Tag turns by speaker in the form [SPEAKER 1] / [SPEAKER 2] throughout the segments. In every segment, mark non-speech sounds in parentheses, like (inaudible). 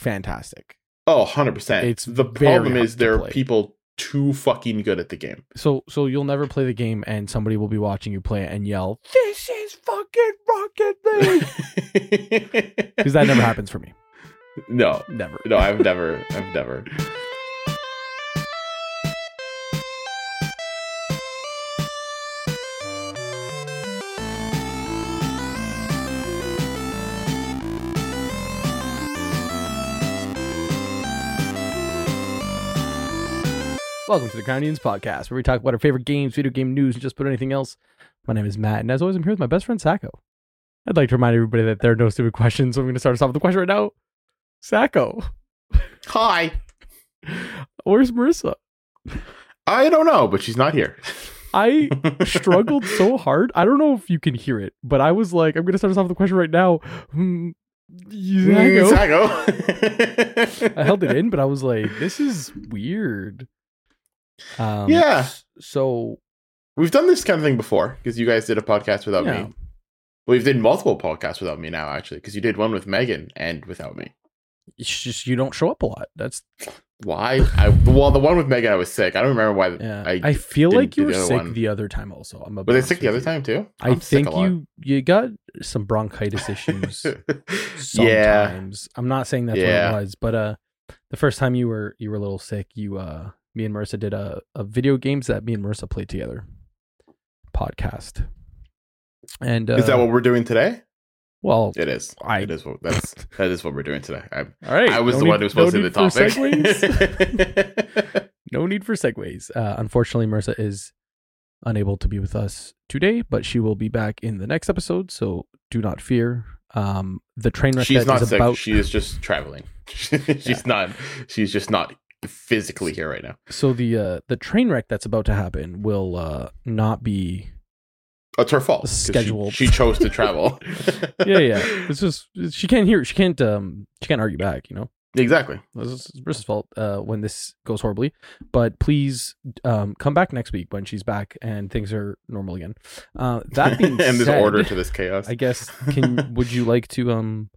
[SPEAKER 1] fantastic.
[SPEAKER 2] Oh, 100%.
[SPEAKER 1] It's
[SPEAKER 2] the
[SPEAKER 1] very
[SPEAKER 2] problem
[SPEAKER 1] hard
[SPEAKER 2] is
[SPEAKER 1] to
[SPEAKER 2] there are
[SPEAKER 1] play.
[SPEAKER 2] people too fucking good at
[SPEAKER 1] (laughs)
[SPEAKER 2] the game. (laughs)
[SPEAKER 1] So so you'll never play the game and somebody will be watching you play it and yell, "This is fucking Rocket (laughs) League." Cuz
[SPEAKER 2] Cuz
[SPEAKER 1] that never happens for me.
[SPEAKER 2] No.
[SPEAKER 1] Never.
[SPEAKER 2] No, I've never I've never.
[SPEAKER 1] Welcome to the Crown Unions podcast where we talk about our favorite games, video game news, and just about anything else. My name is Matt and as always I'm here with my best friend Sacco. I'd like to remind everybody that there are no stupid questions, so I'm going to start us off with a question right now. Sacco,
[SPEAKER 2] Hi.
[SPEAKER 1] where's Marissa?
[SPEAKER 2] I don't know, but she's not here.
[SPEAKER 1] (laughs) I
[SPEAKER 2] (laughs)
[SPEAKER 1] struggled so hard. I don't know if you can hear it, but I was like, I'm going to start us off with a question right now. Hmm, Sacco. (laughs)
[SPEAKER 2] Zago.
[SPEAKER 1] I held it in, but I was like, this is weird. Um,
[SPEAKER 2] Yeah.
[SPEAKER 1] s- So
[SPEAKER 2] We've done this kind of thing before because you guys did a podcast without
[SPEAKER 1] Yeah.
[SPEAKER 2] me. We've did multiple podcasts without me now, actually, because you did one with Megan and without me.
[SPEAKER 1] it's just you don't show up a lot. That's
[SPEAKER 2] Why? I well, the one with Megan, I was sick. I don't remember why.
[SPEAKER 1] yeah. I,
[SPEAKER 2] I,
[SPEAKER 1] feel
[SPEAKER 2] didn't
[SPEAKER 1] like you
[SPEAKER 2] do
[SPEAKER 1] were
[SPEAKER 2] the other
[SPEAKER 1] sick
[SPEAKER 2] one.
[SPEAKER 1] the other time also. I'm gonna
[SPEAKER 2] were
[SPEAKER 1] be
[SPEAKER 2] they
[SPEAKER 1] honest
[SPEAKER 2] sick the
[SPEAKER 1] with
[SPEAKER 2] other
[SPEAKER 1] you.
[SPEAKER 2] time too.
[SPEAKER 1] I
[SPEAKER 2] I'm sick
[SPEAKER 1] think
[SPEAKER 2] a lot.
[SPEAKER 1] you you got some bronchitis
[SPEAKER 2] (laughs)
[SPEAKER 1] issues
[SPEAKER 2] yeah,
[SPEAKER 1] sometimes. I'm not saying that's
[SPEAKER 2] Yeah.
[SPEAKER 1] what it was, but uh, the first time you were you were a little sick, you uh, me and Marissa did a, a video games that me and Marissa played together podcast. And uh,
[SPEAKER 2] is that what we're doing today?
[SPEAKER 1] Well,
[SPEAKER 2] It is.
[SPEAKER 1] I
[SPEAKER 2] It is what
[SPEAKER 1] (laughs)
[SPEAKER 2] that's that is what we're doing today. I,
[SPEAKER 1] all right.
[SPEAKER 2] I was
[SPEAKER 1] no
[SPEAKER 2] the
[SPEAKER 1] need-
[SPEAKER 2] one who was supposed
[SPEAKER 1] no
[SPEAKER 2] to do the
[SPEAKER 1] need for
[SPEAKER 2] topic. (laughs)
[SPEAKER 1] segues. (laughs) no need for segues. Uh, unfortunately, Marissa is unable to be with us today, but she will be back in the next episode. So do not fear. Um, the train wreck
[SPEAKER 2] she's
[SPEAKER 1] that
[SPEAKER 2] not
[SPEAKER 1] is
[SPEAKER 2] sick.
[SPEAKER 1] about.
[SPEAKER 2] She is just traveling. (laughs) she's not. She's just not physically here right now.
[SPEAKER 1] (laughs) So the uh, the train wreck that's about to happen will uh, not be.
[SPEAKER 2] It's her fault. 'cause she-
[SPEAKER 1] Scheduled.
[SPEAKER 2] She, chose to travel.
[SPEAKER 1] (laughs)
[SPEAKER 2] (laughs)
[SPEAKER 1] Yeah, yeah. It's just she can't hear. She can't. Um, she can't argue back. You know.
[SPEAKER 2] exactly.
[SPEAKER 1] This is it's Marissa's fault uh, when this goes horribly. But please um, come back next week when she's back and things are normal again. Uh,
[SPEAKER 2] (laughs)
[SPEAKER 1] that being
[SPEAKER 2] and there's
[SPEAKER 1] said,
[SPEAKER 2] order to this chaos.
[SPEAKER 1] I guess can would you like to um?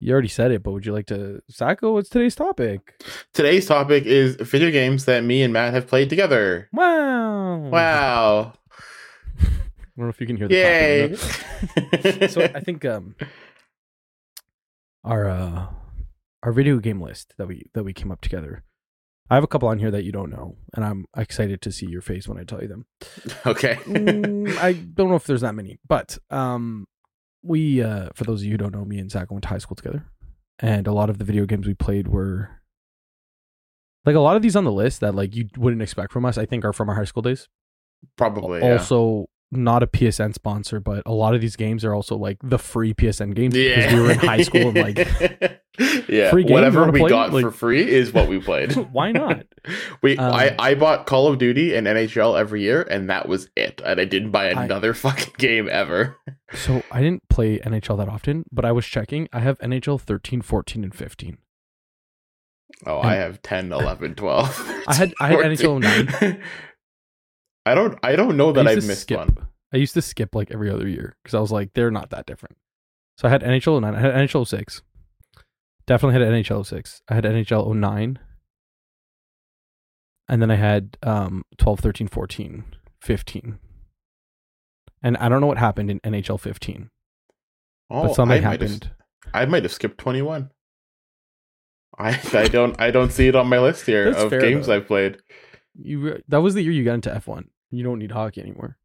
[SPEAKER 1] You already said it, but would you like to Sacco? What's today's topic?
[SPEAKER 2] Today's topic is video games that me and Matt have played together.
[SPEAKER 1] Wow! I
[SPEAKER 2] Wow!
[SPEAKER 1] don't know if you can hear the
[SPEAKER 2] Yay!
[SPEAKER 1] clapping, no? (laughs) So I think um, our uh, our video game list that we that we came up together. I have a couple on here that you don't know, and I'm excited to see your face when I tell you them.
[SPEAKER 2] okay.
[SPEAKER 1] Mm, I don't know if there's that many, but um, we uh, for those of you who don't know, me and Zach went to high school together, and a lot of the video games we played were like a lot of these on the list that like you wouldn't expect from us. I think are from our high school days.
[SPEAKER 2] Probably. Yeah.
[SPEAKER 1] Also, not a PSN sponsor, but a lot of these games are also like the free PSN games because
[SPEAKER 2] yeah.
[SPEAKER 1] we were in high school and
[SPEAKER 2] (laughs)
[SPEAKER 1] like
[SPEAKER 2] yeah,
[SPEAKER 1] free games you
[SPEAKER 2] whatever
[SPEAKER 1] wanna
[SPEAKER 2] we
[SPEAKER 1] play?
[SPEAKER 2] got
[SPEAKER 1] Like-
[SPEAKER 2] for free is what we
[SPEAKER 1] (laughs)
[SPEAKER 2] played.
[SPEAKER 1] why not?
[SPEAKER 2] We
[SPEAKER 1] Um,
[SPEAKER 2] I, I bought Call of Duty and NHL every year, and that was it. And I didn't buy
[SPEAKER 1] I-
[SPEAKER 2] another (laughs) fucking game ever.
[SPEAKER 1] So I didn't play NHL that often, but I was checking. I have NHL 13, 14, and 15.
[SPEAKER 2] Oh,
[SPEAKER 1] And-
[SPEAKER 2] I have 10, 11, 12.
[SPEAKER 1] (laughs) I had I had
[SPEAKER 2] 14.
[SPEAKER 1] NHL 9.
[SPEAKER 2] (laughs) I don't I don't know that
[SPEAKER 1] I
[SPEAKER 2] I've
[SPEAKER 1] used to
[SPEAKER 2] missed
[SPEAKER 1] skip.
[SPEAKER 2] one.
[SPEAKER 1] I used to skip like every other year because I was like, they're not that different. So I had NHL 09. I had NHL 06. Definitely had NHL 06. I had NHL 09. And then I had um, 12, 13, 14, 15. And I don't know what happened in NHL 15,
[SPEAKER 2] Oh,
[SPEAKER 1] but something
[SPEAKER 2] I might have-
[SPEAKER 1] happened.
[SPEAKER 2] I might have skipped 21. I I don't I don't see it on my list here
[SPEAKER 1] That's
[SPEAKER 2] of
[SPEAKER 1] fair,
[SPEAKER 2] games
[SPEAKER 1] though.
[SPEAKER 2] I've played.
[SPEAKER 1] You re- that was the year you got into F1. You don't need hockey anymore.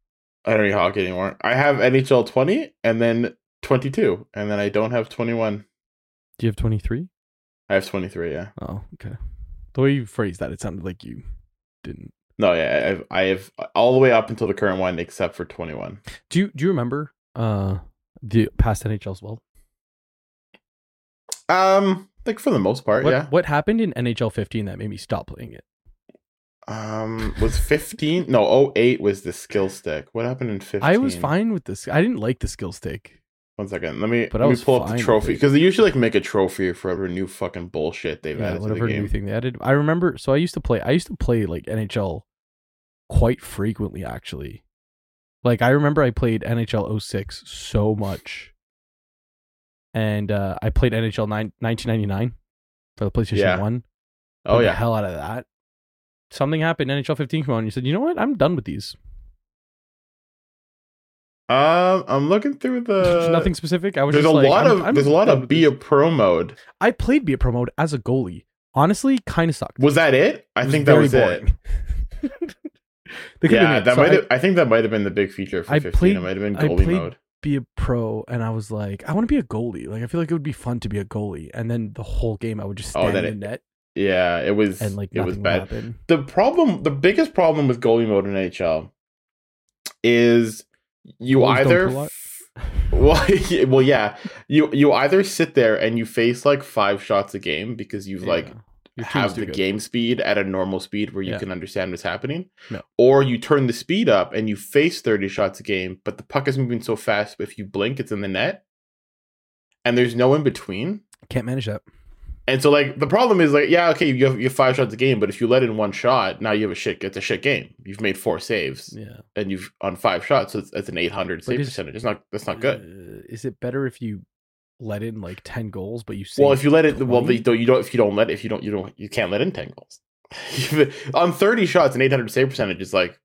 [SPEAKER 2] I don't need hockey anymore. I have NHL 20 and then 22, and then I don't have 21.
[SPEAKER 1] Do you have 23?
[SPEAKER 2] I have 23, yeah.
[SPEAKER 1] Oh, okay. The way you phrased that, it sounded like you didn't.
[SPEAKER 2] No, yeah, I have, I have all the way up until the current one except for 21.
[SPEAKER 1] Do you do you remember uh the past NHL as well?
[SPEAKER 2] Um, like for the most part,
[SPEAKER 1] What,
[SPEAKER 2] yeah.
[SPEAKER 1] what happened in NHL 15 that made me stop playing it?
[SPEAKER 2] Um, was 15? No, 08 was the skill stick. What happened in 15?
[SPEAKER 1] I was fine with this. I didn't like the skill stick.
[SPEAKER 2] One second, let me
[SPEAKER 1] But I
[SPEAKER 2] let me
[SPEAKER 1] was
[SPEAKER 2] pull up
[SPEAKER 1] fine
[SPEAKER 2] the
[SPEAKER 1] with
[SPEAKER 2] trophy
[SPEAKER 1] it.
[SPEAKER 2] because they usually like make a trophy for every new fucking bullshit they've
[SPEAKER 1] Yeah,
[SPEAKER 2] added to the
[SPEAKER 1] whatever new
[SPEAKER 2] game.
[SPEAKER 1] thing they added. I remember. So I used to play. I used to play like NHL quite frequently, actually. Like I remember I played NHL 06 so much, and uh, I played NHL 9, 1999 for the PlayStation
[SPEAKER 2] Yeah.
[SPEAKER 1] One.
[SPEAKER 2] Oh
[SPEAKER 1] Played the
[SPEAKER 2] yeah.
[SPEAKER 1] hell out of that. Something happened. NHL 15 came on. And you said, you know what? I'm done with these.
[SPEAKER 2] Um, I'm looking through
[SPEAKER 1] (laughs)
[SPEAKER 2] the.
[SPEAKER 1] Nothing specific. I was
[SPEAKER 2] Uh, There's a
[SPEAKER 1] just like,
[SPEAKER 2] lot
[SPEAKER 1] I'm-
[SPEAKER 2] of
[SPEAKER 1] I'm
[SPEAKER 2] there's a lot
[SPEAKER 1] done
[SPEAKER 2] of
[SPEAKER 1] with
[SPEAKER 2] be
[SPEAKER 1] this.
[SPEAKER 2] a pro mode.
[SPEAKER 1] I played Be a Pro mode as a goalie. Honestly, kind of sucked.
[SPEAKER 2] Was that it? I
[SPEAKER 1] It was
[SPEAKER 2] think that
[SPEAKER 1] very
[SPEAKER 2] was it. (laughs)
[SPEAKER 1] boring. They could've
[SPEAKER 2] Yeah,
[SPEAKER 1] been it.
[SPEAKER 2] that
[SPEAKER 1] So
[SPEAKER 2] might.
[SPEAKER 1] I-
[SPEAKER 2] have I think that might have been the big feature for
[SPEAKER 1] I
[SPEAKER 2] 15.
[SPEAKER 1] played-
[SPEAKER 2] it might have been
[SPEAKER 1] I
[SPEAKER 2] goalie
[SPEAKER 1] played-
[SPEAKER 2] mode.
[SPEAKER 1] be a pro and I was like, I want to be a goalie. Like I feel like it would be fun to be a goalie. And then the whole game I would just
[SPEAKER 2] Oh,
[SPEAKER 1] stand
[SPEAKER 2] that
[SPEAKER 1] in the net
[SPEAKER 2] Yeah, it was.
[SPEAKER 1] and like
[SPEAKER 2] it
[SPEAKER 1] nothing
[SPEAKER 2] was
[SPEAKER 1] would
[SPEAKER 2] bad.
[SPEAKER 1] happen.
[SPEAKER 2] the problem the biggest problem with goalie mode in NHL is you
[SPEAKER 1] Goalies don't
[SPEAKER 2] either
[SPEAKER 1] pull out.
[SPEAKER 2] (laughs) well, (laughs) yeah, well yeah you you either sit there and you face like five shots a game because you've like
[SPEAKER 1] Yeah. Your team's
[SPEAKER 2] have
[SPEAKER 1] too
[SPEAKER 2] the
[SPEAKER 1] good.
[SPEAKER 2] game speed at a normal speed where you
[SPEAKER 1] Yeah.
[SPEAKER 2] can understand what's happening
[SPEAKER 1] No.
[SPEAKER 2] or you turn the speed up and you face 30 shots a game but the puck is moving so fast if you blink it's in the net and there's no in between
[SPEAKER 1] Can't manage that.
[SPEAKER 2] and so like the problem is like yeah okay you have you have five shots a game but if you let in one shot now you have a shit it's a shit game you've made four saves
[SPEAKER 1] Yeah.
[SPEAKER 2] and you've on five shots so it's, it's an 800 save
[SPEAKER 1] is-
[SPEAKER 2] percentage it's not that's not good
[SPEAKER 1] Uh, is it better if you let in like ten goals but you
[SPEAKER 2] well
[SPEAKER 1] save
[SPEAKER 2] if you let it well
[SPEAKER 1] 20?
[SPEAKER 2] they don't you don't if you don't let if you don't you don't you can't let in 10 goals (laughs) on 30 shots an 800 save percentage is like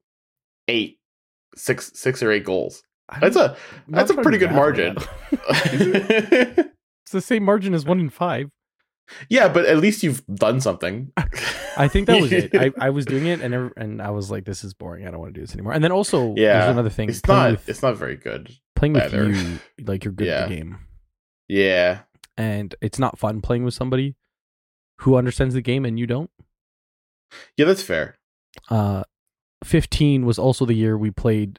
[SPEAKER 2] eight six six or eight goals
[SPEAKER 1] I
[SPEAKER 2] that's
[SPEAKER 1] don't-
[SPEAKER 2] a
[SPEAKER 1] I'm not
[SPEAKER 2] that's a
[SPEAKER 1] trying to
[SPEAKER 2] pretty good
[SPEAKER 1] grapple
[SPEAKER 2] margin.
[SPEAKER 1] that. (laughs) it's the same margin as one in five.
[SPEAKER 2] (laughs) yeah but at least you've done something
[SPEAKER 1] I think that was
[SPEAKER 2] (laughs)
[SPEAKER 1] it. I, I was doing it and every, and I was like, this is boring. I don't want to do this anymore. And then also
[SPEAKER 2] Yeah.
[SPEAKER 1] there's another thing.
[SPEAKER 2] it's
[SPEAKER 1] playing
[SPEAKER 2] not
[SPEAKER 1] with,
[SPEAKER 2] it's not very good
[SPEAKER 1] playing with
[SPEAKER 2] either.
[SPEAKER 1] you like you're good at the
[SPEAKER 2] Yeah.
[SPEAKER 1] game.
[SPEAKER 2] yeah
[SPEAKER 1] and it's not fun playing with somebody who understands the game and you don't.
[SPEAKER 2] yeah that's fair
[SPEAKER 1] Uh, 15 was also the year we played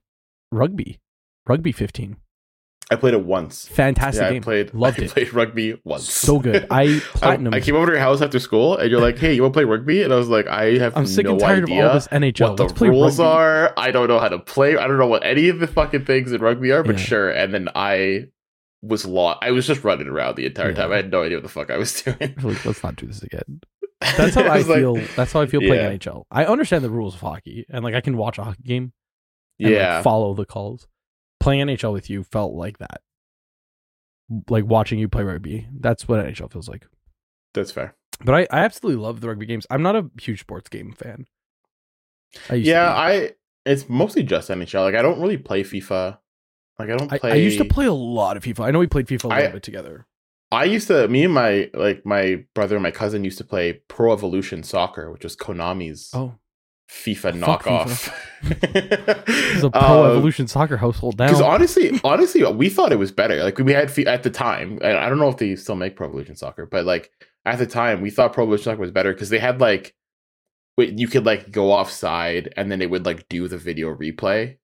[SPEAKER 1] rugby. Rugby 15.
[SPEAKER 2] I played it once.
[SPEAKER 1] Fantastic
[SPEAKER 2] yeah, I
[SPEAKER 1] game.
[SPEAKER 2] played.
[SPEAKER 1] Loved
[SPEAKER 2] (laughs) I
[SPEAKER 1] it.
[SPEAKER 2] Played rugby once.
[SPEAKER 1] So good. I
[SPEAKER 2] (laughs)
[SPEAKER 1] platinumed.
[SPEAKER 2] I, came over to your house after school, and you're like, "Hey, you want to play rugby?" And I was like, "I have
[SPEAKER 1] I'm sick
[SPEAKER 2] no
[SPEAKER 1] and tired
[SPEAKER 2] idea
[SPEAKER 1] of all this NHL.
[SPEAKER 2] what the
[SPEAKER 1] Let's play
[SPEAKER 2] rules
[SPEAKER 1] rugby.
[SPEAKER 2] are. I don't know how to play. I don't know what any of the fucking things in rugby are, but
[SPEAKER 1] Yeah.
[SPEAKER 2] sure." And then I was lost. I was just running around the entire
[SPEAKER 1] Yeah.
[SPEAKER 2] time. I had no idea what the fuck I was (laughs) doing.
[SPEAKER 1] Like, let's not do this again.
[SPEAKER 2] (laughs)
[SPEAKER 1] That's how I,
[SPEAKER 2] was like,
[SPEAKER 1] feel. that's how I feel playing
[SPEAKER 2] Yeah.
[SPEAKER 1] NHL. I understand the rules of hockey, and like I can watch a hockey game and
[SPEAKER 2] yeah,
[SPEAKER 1] like, follow the calls. Playing NHL with you felt like that. Like watching you play rugby. That's what NHL feels like.
[SPEAKER 2] that's fair.
[SPEAKER 1] But I, I absolutely love the rugby games. I'm not a huge sports game fan. I used
[SPEAKER 2] Yeah,
[SPEAKER 1] to
[SPEAKER 2] I. It's mostly just NHL. Like I don't really play FIFA. Like I don't
[SPEAKER 1] be. I,
[SPEAKER 2] play.
[SPEAKER 1] I used to play a lot of FIFA. I know we played FIFA a little
[SPEAKER 2] I-
[SPEAKER 1] bit together.
[SPEAKER 2] I used to me and my like my brother and my cousin used to play Pro Evolution Soccer, which was Konami's
[SPEAKER 1] Oh,
[SPEAKER 2] FIFA
[SPEAKER 1] Fuck
[SPEAKER 2] knockoff. (laughs)
[SPEAKER 1] this is a pro
[SPEAKER 2] Um,
[SPEAKER 1] evolution soccer household
[SPEAKER 2] Because
[SPEAKER 1] now.
[SPEAKER 2] honestly, honestly, we thought it was better. Like we had fe- at the time, and I don't know if they still make Pro Evolution Soccer, but like at the time, we thought Pro Evolution Soccer was better because they had like, wait, you could like go offside, and then it would like do the video replay,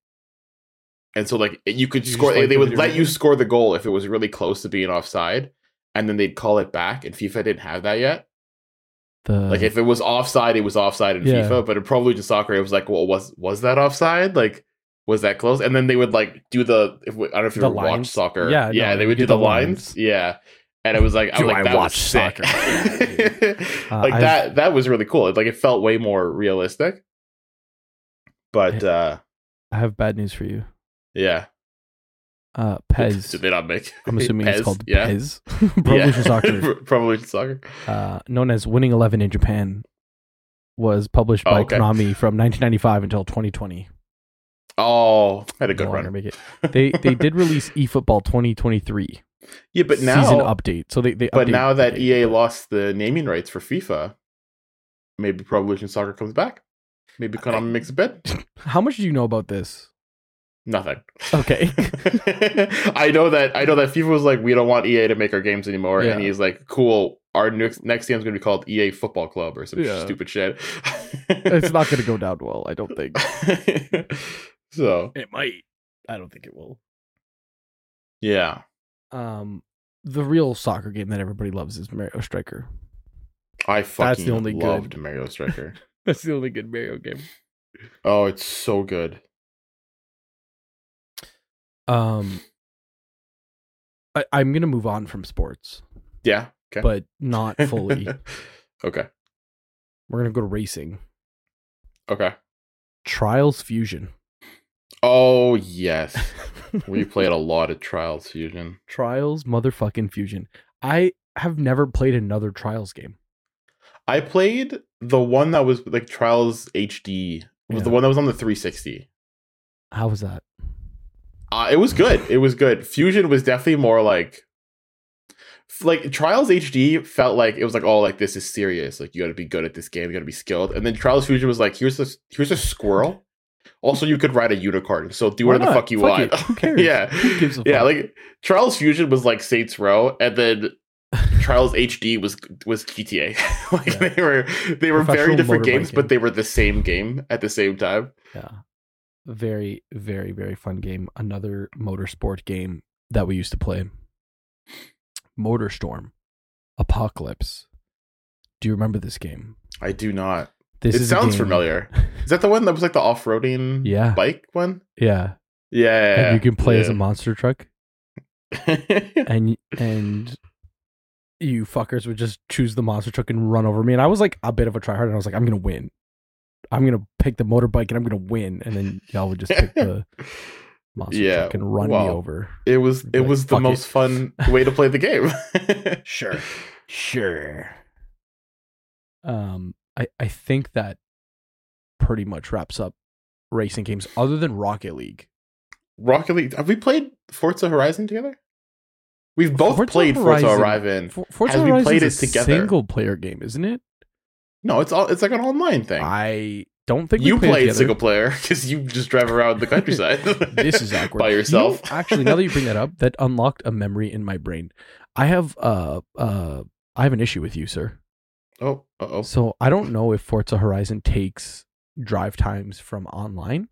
[SPEAKER 2] and so like you could
[SPEAKER 1] You
[SPEAKER 2] score.
[SPEAKER 1] just like
[SPEAKER 2] they
[SPEAKER 1] the
[SPEAKER 2] would
[SPEAKER 1] video
[SPEAKER 2] let you
[SPEAKER 1] replay?
[SPEAKER 2] score the goal if it was really close to being offside, and then they'd call it back. And FIFA didn't have that yet.
[SPEAKER 1] The,
[SPEAKER 2] Like if it was offside, it was offside in
[SPEAKER 1] Yeah.
[SPEAKER 2] FIFA, but in Pro Evolution Soccer, it was like, well, was was that offside? Like, was that close? And then they would like do the if we, I don't know if you
[SPEAKER 1] The
[SPEAKER 2] ever watch
[SPEAKER 1] lines.
[SPEAKER 2] soccer,
[SPEAKER 1] Yeah,
[SPEAKER 2] yeah,
[SPEAKER 1] no,
[SPEAKER 2] they
[SPEAKER 1] you
[SPEAKER 2] would
[SPEAKER 1] do
[SPEAKER 2] do the
[SPEAKER 1] the
[SPEAKER 2] lines,
[SPEAKER 1] lines.
[SPEAKER 2] yeah. And it was like,
[SPEAKER 1] (laughs)
[SPEAKER 2] I
[SPEAKER 1] Do
[SPEAKER 2] was
[SPEAKER 1] I
[SPEAKER 2] like, that
[SPEAKER 1] watch
[SPEAKER 2] was
[SPEAKER 1] soccer?
[SPEAKER 2] sick.
[SPEAKER 1] Yeah,
[SPEAKER 2] (laughs)
[SPEAKER 1] Uh,
[SPEAKER 2] like
[SPEAKER 1] I've-
[SPEAKER 2] that that was really cool. It, like it felt way more realistic. But uh
[SPEAKER 1] I have bad news for you.
[SPEAKER 2] yeah,
[SPEAKER 1] Uh,
[SPEAKER 2] did
[SPEAKER 1] Pez.
[SPEAKER 2] (laughs) they not make?
[SPEAKER 1] I'm assuming it's
[SPEAKER 2] Pez?
[SPEAKER 1] called
[SPEAKER 2] yeah.
[SPEAKER 1] Pez. (laughs) pro
[SPEAKER 2] Yeah.
[SPEAKER 1] evolution
[SPEAKER 2] (laughs)
[SPEAKER 1] soccer,
[SPEAKER 2] Pro Evolution Soccer.
[SPEAKER 1] uh, known as Winning Eleven in Japan, was published
[SPEAKER 2] Oh,
[SPEAKER 1] by
[SPEAKER 2] okay.
[SPEAKER 1] Konami from 1995 until 2020.
[SPEAKER 2] Oh, had a good
[SPEAKER 1] No longer
[SPEAKER 2] run.
[SPEAKER 1] make it. They they did release (laughs) eFootball 2023.
[SPEAKER 2] (laughs) yeah, but now
[SPEAKER 1] season update. So they they
[SPEAKER 2] But
[SPEAKER 1] update
[SPEAKER 2] now
[SPEAKER 1] the
[SPEAKER 2] that E
[SPEAKER 1] game.
[SPEAKER 2] EA lost the naming rights for FIFA, maybe Pro Evolution Soccer comes back. Maybe Konami
[SPEAKER 1] I-
[SPEAKER 2] makes a bet.
[SPEAKER 1] how much do you know about this?
[SPEAKER 2] Nothing.
[SPEAKER 1] Okay,
[SPEAKER 2] (laughs)
[SPEAKER 1] (laughs)
[SPEAKER 2] I know that I know that FIFA was like, we don't want EA to make our games anymore, and
[SPEAKER 1] Yeah.
[SPEAKER 2] he's like, cool. Our next next game's gonna be called EA Football Club or some
[SPEAKER 1] Yeah.
[SPEAKER 2] stupid shit.
[SPEAKER 1] it's not going to go down well. I don't think
[SPEAKER 2] (laughs) so
[SPEAKER 1] it might. I don't think it will.
[SPEAKER 2] yeah,
[SPEAKER 1] Um, the real soccer game that everybody loves is Mario Striker.
[SPEAKER 2] I fucking
[SPEAKER 1] the only good-
[SPEAKER 2] loved Mario Striker.
[SPEAKER 1] That's the only good Mario game.
[SPEAKER 2] oh, it's so good.
[SPEAKER 1] Um, I, I'm gonna move on from sports,
[SPEAKER 2] Yeah. Okay.
[SPEAKER 1] but not
[SPEAKER 2] (laughs)
[SPEAKER 1] fully.
[SPEAKER 2] okay.
[SPEAKER 1] We're gonna go to racing.
[SPEAKER 2] Okay.
[SPEAKER 1] Trials
[SPEAKER 2] (laughs)
[SPEAKER 1] Fusion.
[SPEAKER 2] Oh yes. We played a lot of Trials Fusion.
[SPEAKER 1] Trials motherfucking Fusion. I have never played another Trials game.
[SPEAKER 2] I played the one that was like Trials HD was the
[SPEAKER 1] Yeah.
[SPEAKER 2] one that was on the 360.
[SPEAKER 1] How was that?
[SPEAKER 2] Uh, it was good. It was good. Fusion was definitely more like f- like Trials HD felt like it was like oh like this is serious. Like you got to be good at this game. You got to be skilled. And then Trials Fusion was like here's a here's a squirrel. Also, you could ride a unicorn. So do
[SPEAKER 1] Why
[SPEAKER 2] whatever the
[SPEAKER 1] not?
[SPEAKER 2] fuck you
[SPEAKER 1] Fuck
[SPEAKER 2] want.
[SPEAKER 1] it. Who
[SPEAKER 2] (laughs)
[SPEAKER 1] cares?
[SPEAKER 2] yeah.
[SPEAKER 1] Who gives a
[SPEAKER 2] yeah,
[SPEAKER 1] fuck?
[SPEAKER 2] like Trials Fusion was like Saints Row, and then
[SPEAKER 1] (laughs)
[SPEAKER 2] Trials HD was was GTA. (laughs) like
[SPEAKER 1] Yeah.
[SPEAKER 2] they were they were very
[SPEAKER 1] Professional
[SPEAKER 2] different games,
[SPEAKER 1] motorbike game.
[SPEAKER 2] but they were the same game at the same time.
[SPEAKER 1] Yeah. Very, very, very fun game. Another motorsport game that we used to play. Motorstorm. Apocalypse. Do you remember this game?
[SPEAKER 2] I do not.
[SPEAKER 1] This
[SPEAKER 2] it
[SPEAKER 1] is a
[SPEAKER 2] sounds
[SPEAKER 1] game-
[SPEAKER 2] familiar. Is that the one that was like the off roading
[SPEAKER 1] Yeah.
[SPEAKER 2] bike one?
[SPEAKER 1] (laughs) Yeah.
[SPEAKER 2] Yeah.
[SPEAKER 1] And you can play as a
[SPEAKER 2] yeah.
[SPEAKER 1] monster truck and and you fuckers would just choose the monster truck and run over me. And I was like a bit of a tryhard and I was like, I'm gonna win. I'm gonna pick the motorbike and I'm gonna win. And then y'all would just pick
[SPEAKER 2] (laughs)
[SPEAKER 1] the monster
[SPEAKER 2] Yeah,
[SPEAKER 1] truck and run me
[SPEAKER 2] well,
[SPEAKER 1] over.
[SPEAKER 2] (laughs) it was it
[SPEAKER 1] Like,
[SPEAKER 2] was the
[SPEAKER 1] fuck it. (laughs)
[SPEAKER 2] most fun way to play the game. (laughs)
[SPEAKER 3] Sure. Sure.
[SPEAKER 1] um I, I think that pretty much wraps up racing games other than Rocket League.
[SPEAKER 2] Rocket League. Have we played Forza Horizon together? We've both
[SPEAKER 1] Forza
[SPEAKER 2] played Forza
[SPEAKER 1] Horizon-
[SPEAKER 2] Horizon.
[SPEAKER 1] For, Forza
[SPEAKER 2] As we
[SPEAKER 1] Horizon's
[SPEAKER 2] played
[SPEAKER 1] a
[SPEAKER 2] it together.
[SPEAKER 1] single player game, isn't it?
[SPEAKER 2] No, it's all it's like an online thing.
[SPEAKER 1] I don't think we
[SPEAKER 2] you
[SPEAKER 1] played,
[SPEAKER 2] played
[SPEAKER 1] together.
[SPEAKER 2] single player (laughs) because you just drive around the countryside.
[SPEAKER 1] (laughs) This is awkward
[SPEAKER 2] by
[SPEAKER 1] You-
[SPEAKER 2] yourself.
[SPEAKER 1] actually, now that you bring that up, that unlocked a memory in my brain. I have uh uh I have an issue with you, sir.
[SPEAKER 2] (laughs) oh, oh,
[SPEAKER 1] So I don't know if Forza Horizon takes drive times from online,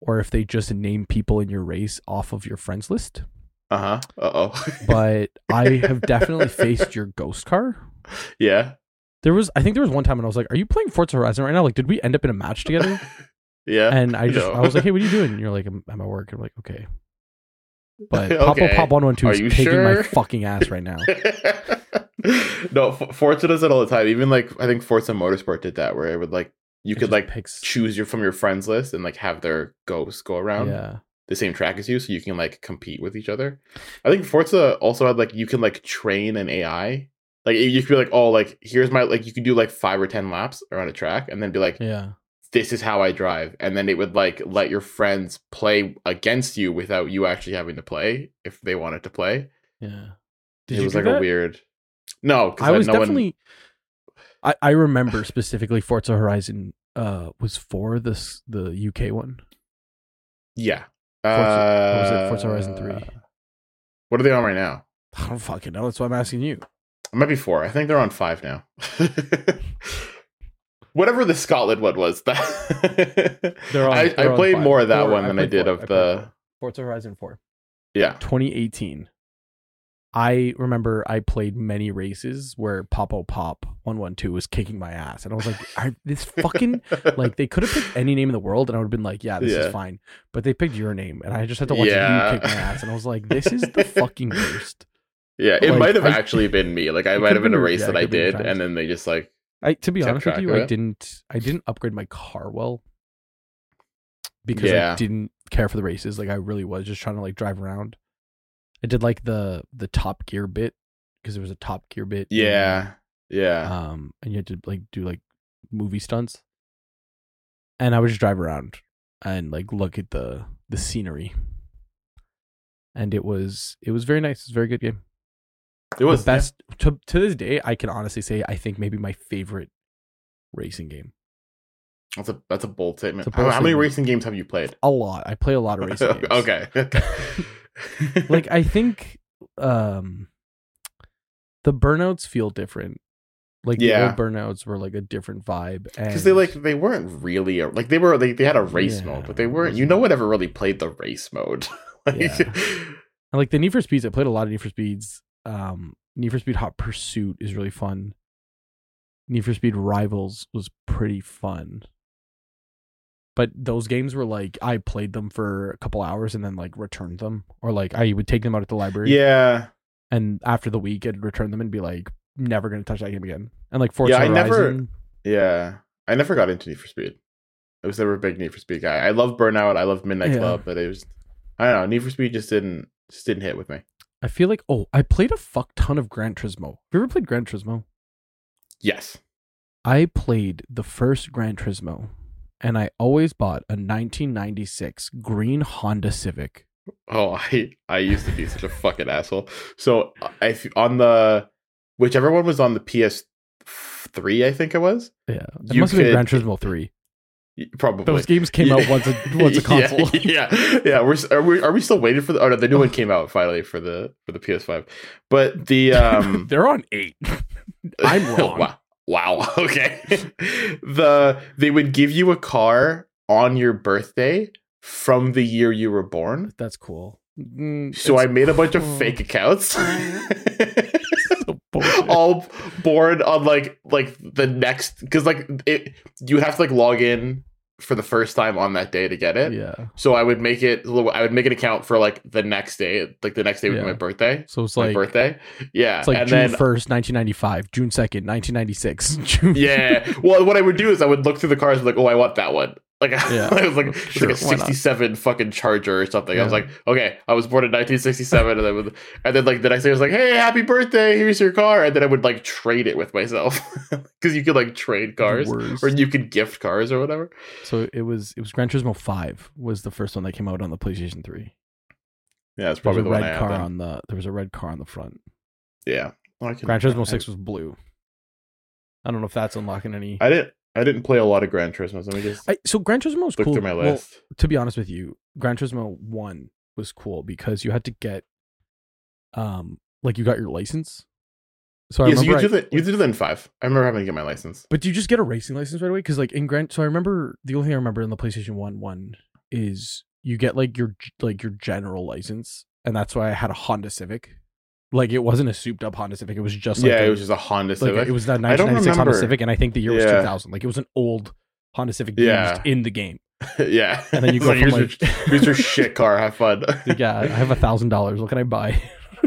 [SPEAKER 1] or if they just name people in your race off of your friends list.
[SPEAKER 2] uh huh, uh oh,
[SPEAKER 1] but I have definitely faced your ghost car.
[SPEAKER 2] (laughs) yeah,
[SPEAKER 1] There was, I think there was one time when I was like, "Are you playing Forza Horizon right now?" Like, did we end up in a match together?
[SPEAKER 2] (laughs) yeah.
[SPEAKER 1] And I just,
[SPEAKER 2] No.
[SPEAKER 1] I was like, "Hey, what are you
[SPEAKER 2] (laughs)
[SPEAKER 1] doing?" And you're like, "I'm, I'm at work." I'm like, "Okay." But
[SPEAKER 2] (laughs)
[SPEAKER 1] Papa
[SPEAKER 2] Okay.
[SPEAKER 1] Pop One One Two
[SPEAKER 2] Are
[SPEAKER 1] is
[SPEAKER 2] you
[SPEAKER 1] taking my
[SPEAKER 2] sure?
[SPEAKER 1] fucking ass right
[SPEAKER 2] (laughs)
[SPEAKER 1] now.
[SPEAKER 2] (laughs) no, F- Forza does it all the time. Even like I think Forza Motorsport did that, where it would like you
[SPEAKER 1] It
[SPEAKER 2] could
[SPEAKER 1] just
[SPEAKER 2] like
[SPEAKER 1] picks,
[SPEAKER 2] choose your from your friends list and like have their ghosts go around
[SPEAKER 1] yeah,
[SPEAKER 2] the same track as you, so you can like compete with each other. I think Forza also had like you can like train an AI. Like you could be like, oh, like here's my like you could do like five or ten laps around a track, and then be like,
[SPEAKER 1] yeah.
[SPEAKER 2] this is how I drive. And then it would like let your friends play against you without you actually having to play if they wanted to play.
[SPEAKER 1] Yeah.
[SPEAKER 2] it was like a weird. No, because
[SPEAKER 1] I was
[SPEAKER 2] no
[SPEAKER 1] definitely. I, I remember specifically Forza Horizon uh was for this the UK one.
[SPEAKER 2] One... Yeah.
[SPEAKER 1] Forza- what was it? Forza Horizon
[SPEAKER 2] Uh,
[SPEAKER 1] 3.
[SPEAKER 2] What are they on right now?
[SPEAKER 1] I don't fucking know. That's why I'm asking you.
[SPEAKER 2] It might be four. I think they're on five now. (laughs) Whatever the Scotland one was, that
[SPEAKER 1] (laughs) They're on-
[SPEAKER 2] I,
[SPEAKER 1] they're
[SPEAKER 2] I
[SPEAKER 1] on
[SPEAKER 2] played
[SPEAKER 1] five.
[SPEAKER 2] more of that
[SPEAKER 1] Four.
[SPEAKER 2] one
[SPEAKER 1] I
[SPEAKER 2] than I,
[SPEAKER 1] played
[SPEAKER 2] did
[SPEAKER 1] four.
[SPEAKER 2] of
[SPEAKER 1] I played
[SPEAKER 2] the
[SPEAKER 1] four. Forza Horizon Four.
[SPEAKER 2] (laughs) yeah.
[SPEAKER 1] 2018. I remember I played many races where Popo Pop 112 was kicking my ass. And I was like, I,
[SPEAKER 2] (laughs)
[SPEAKER 1] this fucking, like, they could have picked any name in the world and I would have been like, yeah, this
[SPEAKER 2] Yeah.
[SPEAKER 1] is fine. But they picked your name and I just had to watch
[SPEAKER 2] Yeah.
[SPEAKER 1] you kick my ass. And I was like, this is
[SPEAKER 2] (laughs)
[SPEAKER 1] the fucking worst.
[SPEAKER 2] (laughs) yeah, it
[SPEAKER 1] like,
[SPEAKER 2] might have
[SPEAKER 1] I-
[SPEAKER 2] actually been me. Like I
[SPEAKER 1] It
[SPEAKER 2] might
[SPEAKER 1] could
[SPEAKER 2] have been a
[SPEAKER 1] be-
[SPEAKER 2] race
[SPEAKER 1] yeah, it
[SPEAKER 2] that I
[SPEAKER 1] could be
[SPEAKER 2] did,
[SPEAKER 1] times.
[SPEAKER 2] and then they just like
[SPEAKER 1] I, to be
[SPEAKER 2] Kept
[SPEAKER 1] honest with
[SPEAKER 2] track
[SPEAKER 1] you,
[SPEAKER 2] of
[SPEAKER 1] I
[SPEAKER 2] it.
[SPEAKER 1] didn't, I didn't upgrade my car well because I
[SPEAKER 2] Yeah.
[SPEAKER 1] didn't care for the races. Like I really was just trying to like drive around. I did like the, the top gear bit because there was a top gear bit. in-
[SPEAKER 2] yeah, yeah.
[SPEAKER 1] um, and you had to like do like movie stunts. And I would just drive around and like look at the the scenery. And it was it was very nice. It's a very good game.
[SPEAKER 2] It was
[SPEAKER 1] the best to to this day. I can honestly say I think maybe my favorite racing game.
[SPEAKER 2] yeah. That's a that's a bold statement.
[SPEAKER 1] It's a
[SPEAKER 2] how,
[SPEAKER 1] bold
[SPEAKER 2] how many
[SPEAKER 1] statement.
[SPEAKER 2] racing games have you played?
[SPEAKER 1] A lot. I play a lot
[SPEAKER 2] (laughs)
[SPEAKER 1] of racing games.
[SPEAKER 2] okay. okay. (laughs)
[SPEAKER 1] Like I think um the burnouts feel different. Like
[SPEAKER 2] Yeah.
[SPEAKER 1] the old burnouts were like a different vibe.
[SPEAKER 2] because they like they weren't really a, like they were they, they had a race
[SPEAKER 1] Yeah,
[SPEAKER 2] mode, but they
[SPEAKER 1] it
[SPEAKER 2] weren't.
[SPEAKER 1] was
[SPEAKER 2] You no
[SPEAKER 1] not-
[SPEAKER 2] one ever really played the race mode. (laughs) like,
[SPEAKER 1] Yeah. And like the Need for Speeds, I played a lot of Need for Speeds. Um, Need for Speed Hot Pursuit is really fun. Need for Speed Rivals was pretty fun. But those games were like I played them for a couple hours and then like returned them, or like I would take them out at the library.
[SPEAKER 2] yeah.
[SPEAKER 1] And after the week, I'd return them and be like, never gonna touch that game again. And like Forza
[SPEAKER 2] Yeah, I never-
[SPEAKER 1] Horizon,
[SPEAKER 2] Yeah. I never got into Need for Speed. I was never a big Need for Speed guy. I love Burnout. I love Midnight
[SPEAKER 1] Yeah.
[SPEAKER 2] Club, but it was I don't know. Need for Speed just didn't just didn't hit with me.
[SPEAKER 1] I feel like oh, I played a fuck ton of Gran Turismo. Have you ever played Gran Turismo?
[SPEAKER 2] Yes.
[SPEAKER 1] I played the first Gran Turismo, and I always bought a 1996 green Honda Civic.
[SPEAKER 2] Oh, (laughs) I I used to be such a fucking asshole. So I on the whichever one was on the PS3, I think it was
[SPEAKER 1] Yeah, it
[SPEAKER 2] You
[SPEAKER 1] must have been
[SPEAKER 2] could-
[SPEAKER 1] Gran Turismo
[SPEAKER 2] (laughs)
[SPEAKER 1] Three.
[SPEAKER 2] probably
[SPEAKER 1] Those games came out
[SPEAKER 2] (laughs)
[SPEAKER 1] once a once a
[SPEAKER 2] Yeah,
[SPEAKER 1] console.
[SPEAKER 2] Yeah, yeah. We're s- are we are we still waiting for the? Oh no, the new one came out finally for the for the PS5.
[SPEAKER 1] (laughs)
[SPEAKER 2] But the (laughs) um,
[SPEAKER 1] They're on
[SPEAKER 2] (laughs)
[SPEAKER 1] eight. I'm wrong.
[SPEAKER 2] wow, wow. (laughs) Okay. the they would give you a car on your birthday from the year you were born.
[SPEAKER 1] That's cool. Mm,
[SPEAKER 2] So I
[SPEAKER 1] it's
[SPEAKER 2] made a bunch
[SPEAKER 1] cool.
[SPEAKER 2] of fake accounts. (laughs)
[SPEAKER 1] so (laughs) bullshit.
[SPEAKER 2] all bored on like like the next because like it you have to like log in for the first time on that day to get it
[SPEAKER 1] yeah.
[SPEAKER 2] so i would make it i would make an account for like the next day like the next day would
[SPEAKER 1] Yeah.
[SPEAKER 2] be my birthday
[SPEAKER 1] So it's
[SPEAKER 2] my
[SPEAKER 1] like
[SPEAKER 2] birthday yeah
[SPEAKER 1] it's like
[SPEAKER 2] and
[SPEAKER 1] June
[SPEAKER 2] then
[SPEAKER 1] first, nineteen ninety five. June second, nineteen ninety six. June.
[SPEAKER 2] (laughs) yeah well what i would do is i would look through the cars and like oh i want that one like (laughs)
[SPEAKER 1] Yeah.
[SPEAKER 2] i was like it's
[SPEAKER 1] Sure,
[SPEAKER 2] like a
[SPEAKER 1] why not?
[SPEAKER 2] 67 fucking charger or something i was
[SPEAKER 1] Yeah.
[SPEAKER 2] like okay i was born in 1967 and then with, and then like the next day i was like hey happy birthday here's your car and then i would like trade it with myself (laughs) because you could like trade cars
[SPEAKER 1] Worst.
[SPEAKER 2] or you could gift cars or whatever
[SPEAKER 1] So it was it was Gran Turismo Five was the first one that came out on the PlayStation Three. There
[SPEAKER 2] yeah it's
[SPEAKER 1] was
[SPEAKER 2] probably
[SPEAKER 1] a
[SPEAKER 2] the
[SPEAKER 1] red
[SPEAKER 2] one i had
[SPEAKER 1] car
[SPEAKER 2] then.
[SPEAKER 1] on the there was a red car on the front.
[SPEAKER 2] yeah Oh, I can-
[SPEAKER 1] Gran Turismo
[SPEAKER 2] I-
[SPEAKER 1] Six was blue. I don't know if that's unlocking any.
[SPEAKER 2] i didn't i didn't play a lot of grand turismo let me just
[SPEAKER 1] I- so Gran Turismo was
[SPEAKER 2] look
[SPEAKER 1] cool.
[SPEAKER 2] through my
[SPEAKER 1] Well,
[SPEAKER 2] list
[SPEAKER 1] to be honest with you, Gran Turismo One was cool because you had to get, um, like you got your license. So I
[SPEAKER 2] Yes,
[SPEAKER 1] remember,
[SPEAKER 2] you
[SPEAKER 1] I-
[SPEAKER 2] did it. You did it in five. I remember having to get my license.
[SPEAKER 1] but do you just get a racing license right away? Because like in Gran, so I remember the only thing I remember in the PlayStation One one is you get like your g- like your general license, and that's why I had a Honda Civic. Like it wasn't a souped up Honda Civic; it was just like
[SPEAKER 2] yeah,
[SPEAKER 1] a-
[SPEAKER 2] it was just a Honda
[SPEAKER 1] like
[SPEAKER 2] Civic.
[SPEAKER 1] it was that
[SPEAKER 2] I don't
[SPEAKER 1] 1996 Honda
[SPEAKER 2] remember.
[SPEAKER 1] Civic, and I think the year was
[SPEAKER 2] Yeah.
[SPEAKER 1] 2000. Like it was an old Honda Civic
[SPEAKER 2] Yeah.
[SPEAKER 1] used in the game,
[SPEAKER 2] (laughs) yeah,
[SPEAKER 1] and then you
[SPEAKER 2] It's
[SPEAKER 1] go from
[SPEAKER 2] here's,
[SPEAKER 1] like
[SPEAKER 2] your, (laughs) here's your shit car.
[SPEAKER 1] (laughs)
[SPEAKER 2] Have fun.
[SPEAKER 1] Like, (laughs) yeah, I have a thousand dollars. What can I buy?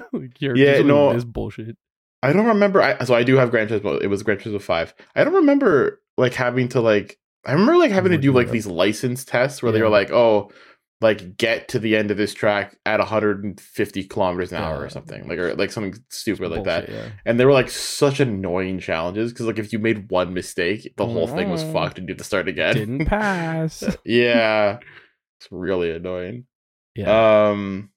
[SPEAKER 1] (laughs) like, you're
[SPEAKER 2] Yeah,
[SPEAKER 1] yeah,
[SPEAKER 2] no.
[SPEAKER 1] this bullshit.
[SPEAKER 2] (laughs) I don't remember. I, so I do have Gran Turismo. It was Gran Turismo Five. I don't remember like having to like. I remember like having to
[SPEAKER 1] Looking
[SPEAKER 2] do
[SPEAKER 1] it
[SPEAKER 2] like
[SPEAKER 1] up.
[SPEAKER 2] these license tests where they
[SPEAKER 1] Yeah.
[SPEAKER 2] were like, oh, like get to the end of this track at 150 kilometers an hour
[SPEAKER 1] Yeah.
[SPEAKER 2] or something, like or like something stupid like that.
[SPEAKER 1] Bullshit, yeah.
[SPEAKER 2] And they were like such annoying challenges because like if you made one mistake, the whole thing was
[SPEAKER 1] Mhm.
[SPEAKER 2] fucked (laughs) and you had to start again.
[SPEAKER 1] Didn't pass.
[SPEAKER 2] (laughs) yeah, it's really annoying.
[SPEAKER 1] Yeah,
[SPEAKER 2] Um,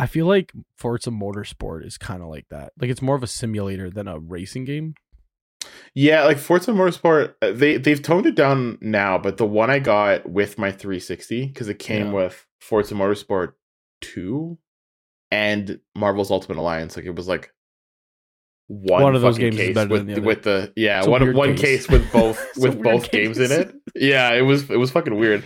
[SPEAKER 1] I feel like Forza Motorsport is kind of like that. Like it's more of a simulator than a racing game.
[SPEAKER 2] yeah, like Forza Motorsport, uh, they they've toned it down now, but the one I got with my 360 because it came
[SPEAKER 1] Yeah.
[SPEAKER 2] with Forza Motorsport 2 and Marvel's Ultimate Alliance. Like it was like one,
[SPEAKER 1] One of those
[SPEAKER 2] fucking
[SPEAKER 1] games is
[SPEAKER 2] case
[SPEAKER 1] better
[SPEAKER 2] with,
[SPEAKER 1] than the other.
[SPEAKER 2] with the yeah
[SPEAKER 1] It's a
[SPEAKER 2] one
[SPEAKER 1] weird
[SPEAKER 2] one
[SPEAKER 1] case.
[SPEAKER 2] case with both
[SPEAKER 1] (laughs) It's a
[SPEAKER 2] with
[SPEAKER 1] weird
[SPEAKER 2] both games in
[SPEAKER 1] case.
[SPEAKER 2] it. Yeah, it was it was fucking weird.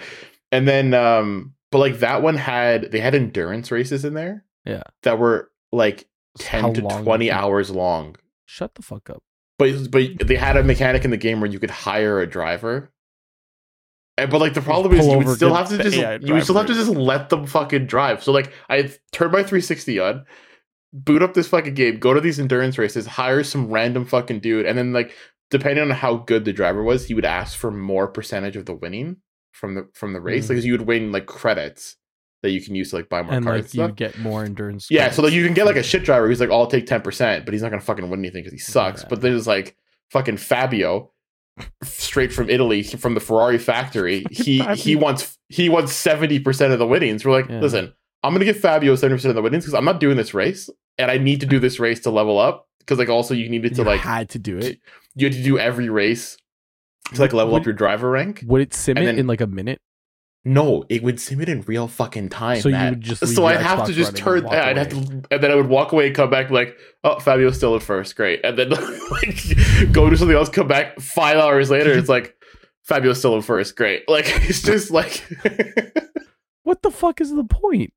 [SPEAKER 2] And then um, but like that one had they had endurance races in there.
[SPEAKER 1] Yeah.
[SPEAKER 2] that were like
[SPEAKER 1] It's how
[SPEAKER 2] 10 to
[SPEAKER 1] long
[SPEAKER 2] 20
[SPEAKER 1] you can-
[SPEAKER 2] hours long.
[SPEAKER 1] Shut the fuck up.
[SPEAKER 2] But but they had a mechanic in the game where you could hire a driver. And, but like the problem is
[SPEAKER 1] pull
[SPEAKER 2] you
[SPEAKER 1] over,
[SPEAKER 2] would still
[SPEAKER 1] get
[SPEAKER 2] have to
[SPEAKER 1] the (laughs)
[SPEAKER 2] just
[SPEAKER 1] AI
[SPEAKER 2] you would still have to
[SPEAKER 1] driver.
[SPEAKER 2] just let them fucking drive. So like I turned my 360 on, boot up this fucking game, go to these endurance races, hire some random fucking dude, and then like depending on how good the driver was, he would ask for more percentage of the winning from the from the race
[SPEAKER 1] Mm.
[SPEAKER 2] because you would win like credits that you can use to like buy more
[SPEAKER 1] and
[SPEAKER 2] cars. and
[SPEAKER 1] like
[SPEAKER 2] stuff.
[SPEAKER 1] you get more endurance.
[SPEAKER 2] Yeah, so like
[SPEAKER 1] credits.
[SPEAKER 2] you can get like a shit driver who's like, "I'll take ten percent," but he's not gonna fucking win anything because he sucks.
[SPEAKER 1] Yeah.
[SPEAKER 2] But there's like fucking Fabio, straight from Italy, from the Ferrari (laughs) factory. He he
[SPEAKER 1] Fabio.
[SPEAKER 2] wants he wants seventy percent of the winnings. We're like,
[SPEAKER 1] Yeah.
[SPEAKER 2] listen, I'm gonna give Fabio seventy percent of the winnings because I'm not doing this race, and I need to do this race to level up. Because like also you needed to
[SPEAKER 1] You
[SPEAKER 2] like
[SPEAKER 1] had to do it.
[SPEAKER 2] you had to do every race to like level up your driver rank.
[SPEAKER 1] Would it sim
[SPEAKER 2] and
[SPEAKER 1] it
[SPEAKER 2] then-
[SPEAKER 1] in like a minute?
[SPEAKER 2] No, it would sim it in real fucking time.
[SPEAKER 1] So you
[SPEAKER 2] Matt.
[SPEAKER 1] would just leave
[SPEAKER 2] so
[SPEAKER 1] your
[SPEAKER 2] I'd have to
[SPEAKER 1] Xbox
[SPEAKER 2] just
[SPEAKER 1] running and
[SPEAKER 2] turn.
[SPEAKER 1] walk
[SPEAKER 2] Yeah, I'd have to, and then I would walk away, come back, like, oh, Fabio's still at first, great, and then (laughs) like go do something else, come back five hours later, it's like Fabio's still in first, great. (laughs) Like it's just like (laughs)
[SPEAKER 1] What the fuck is the point?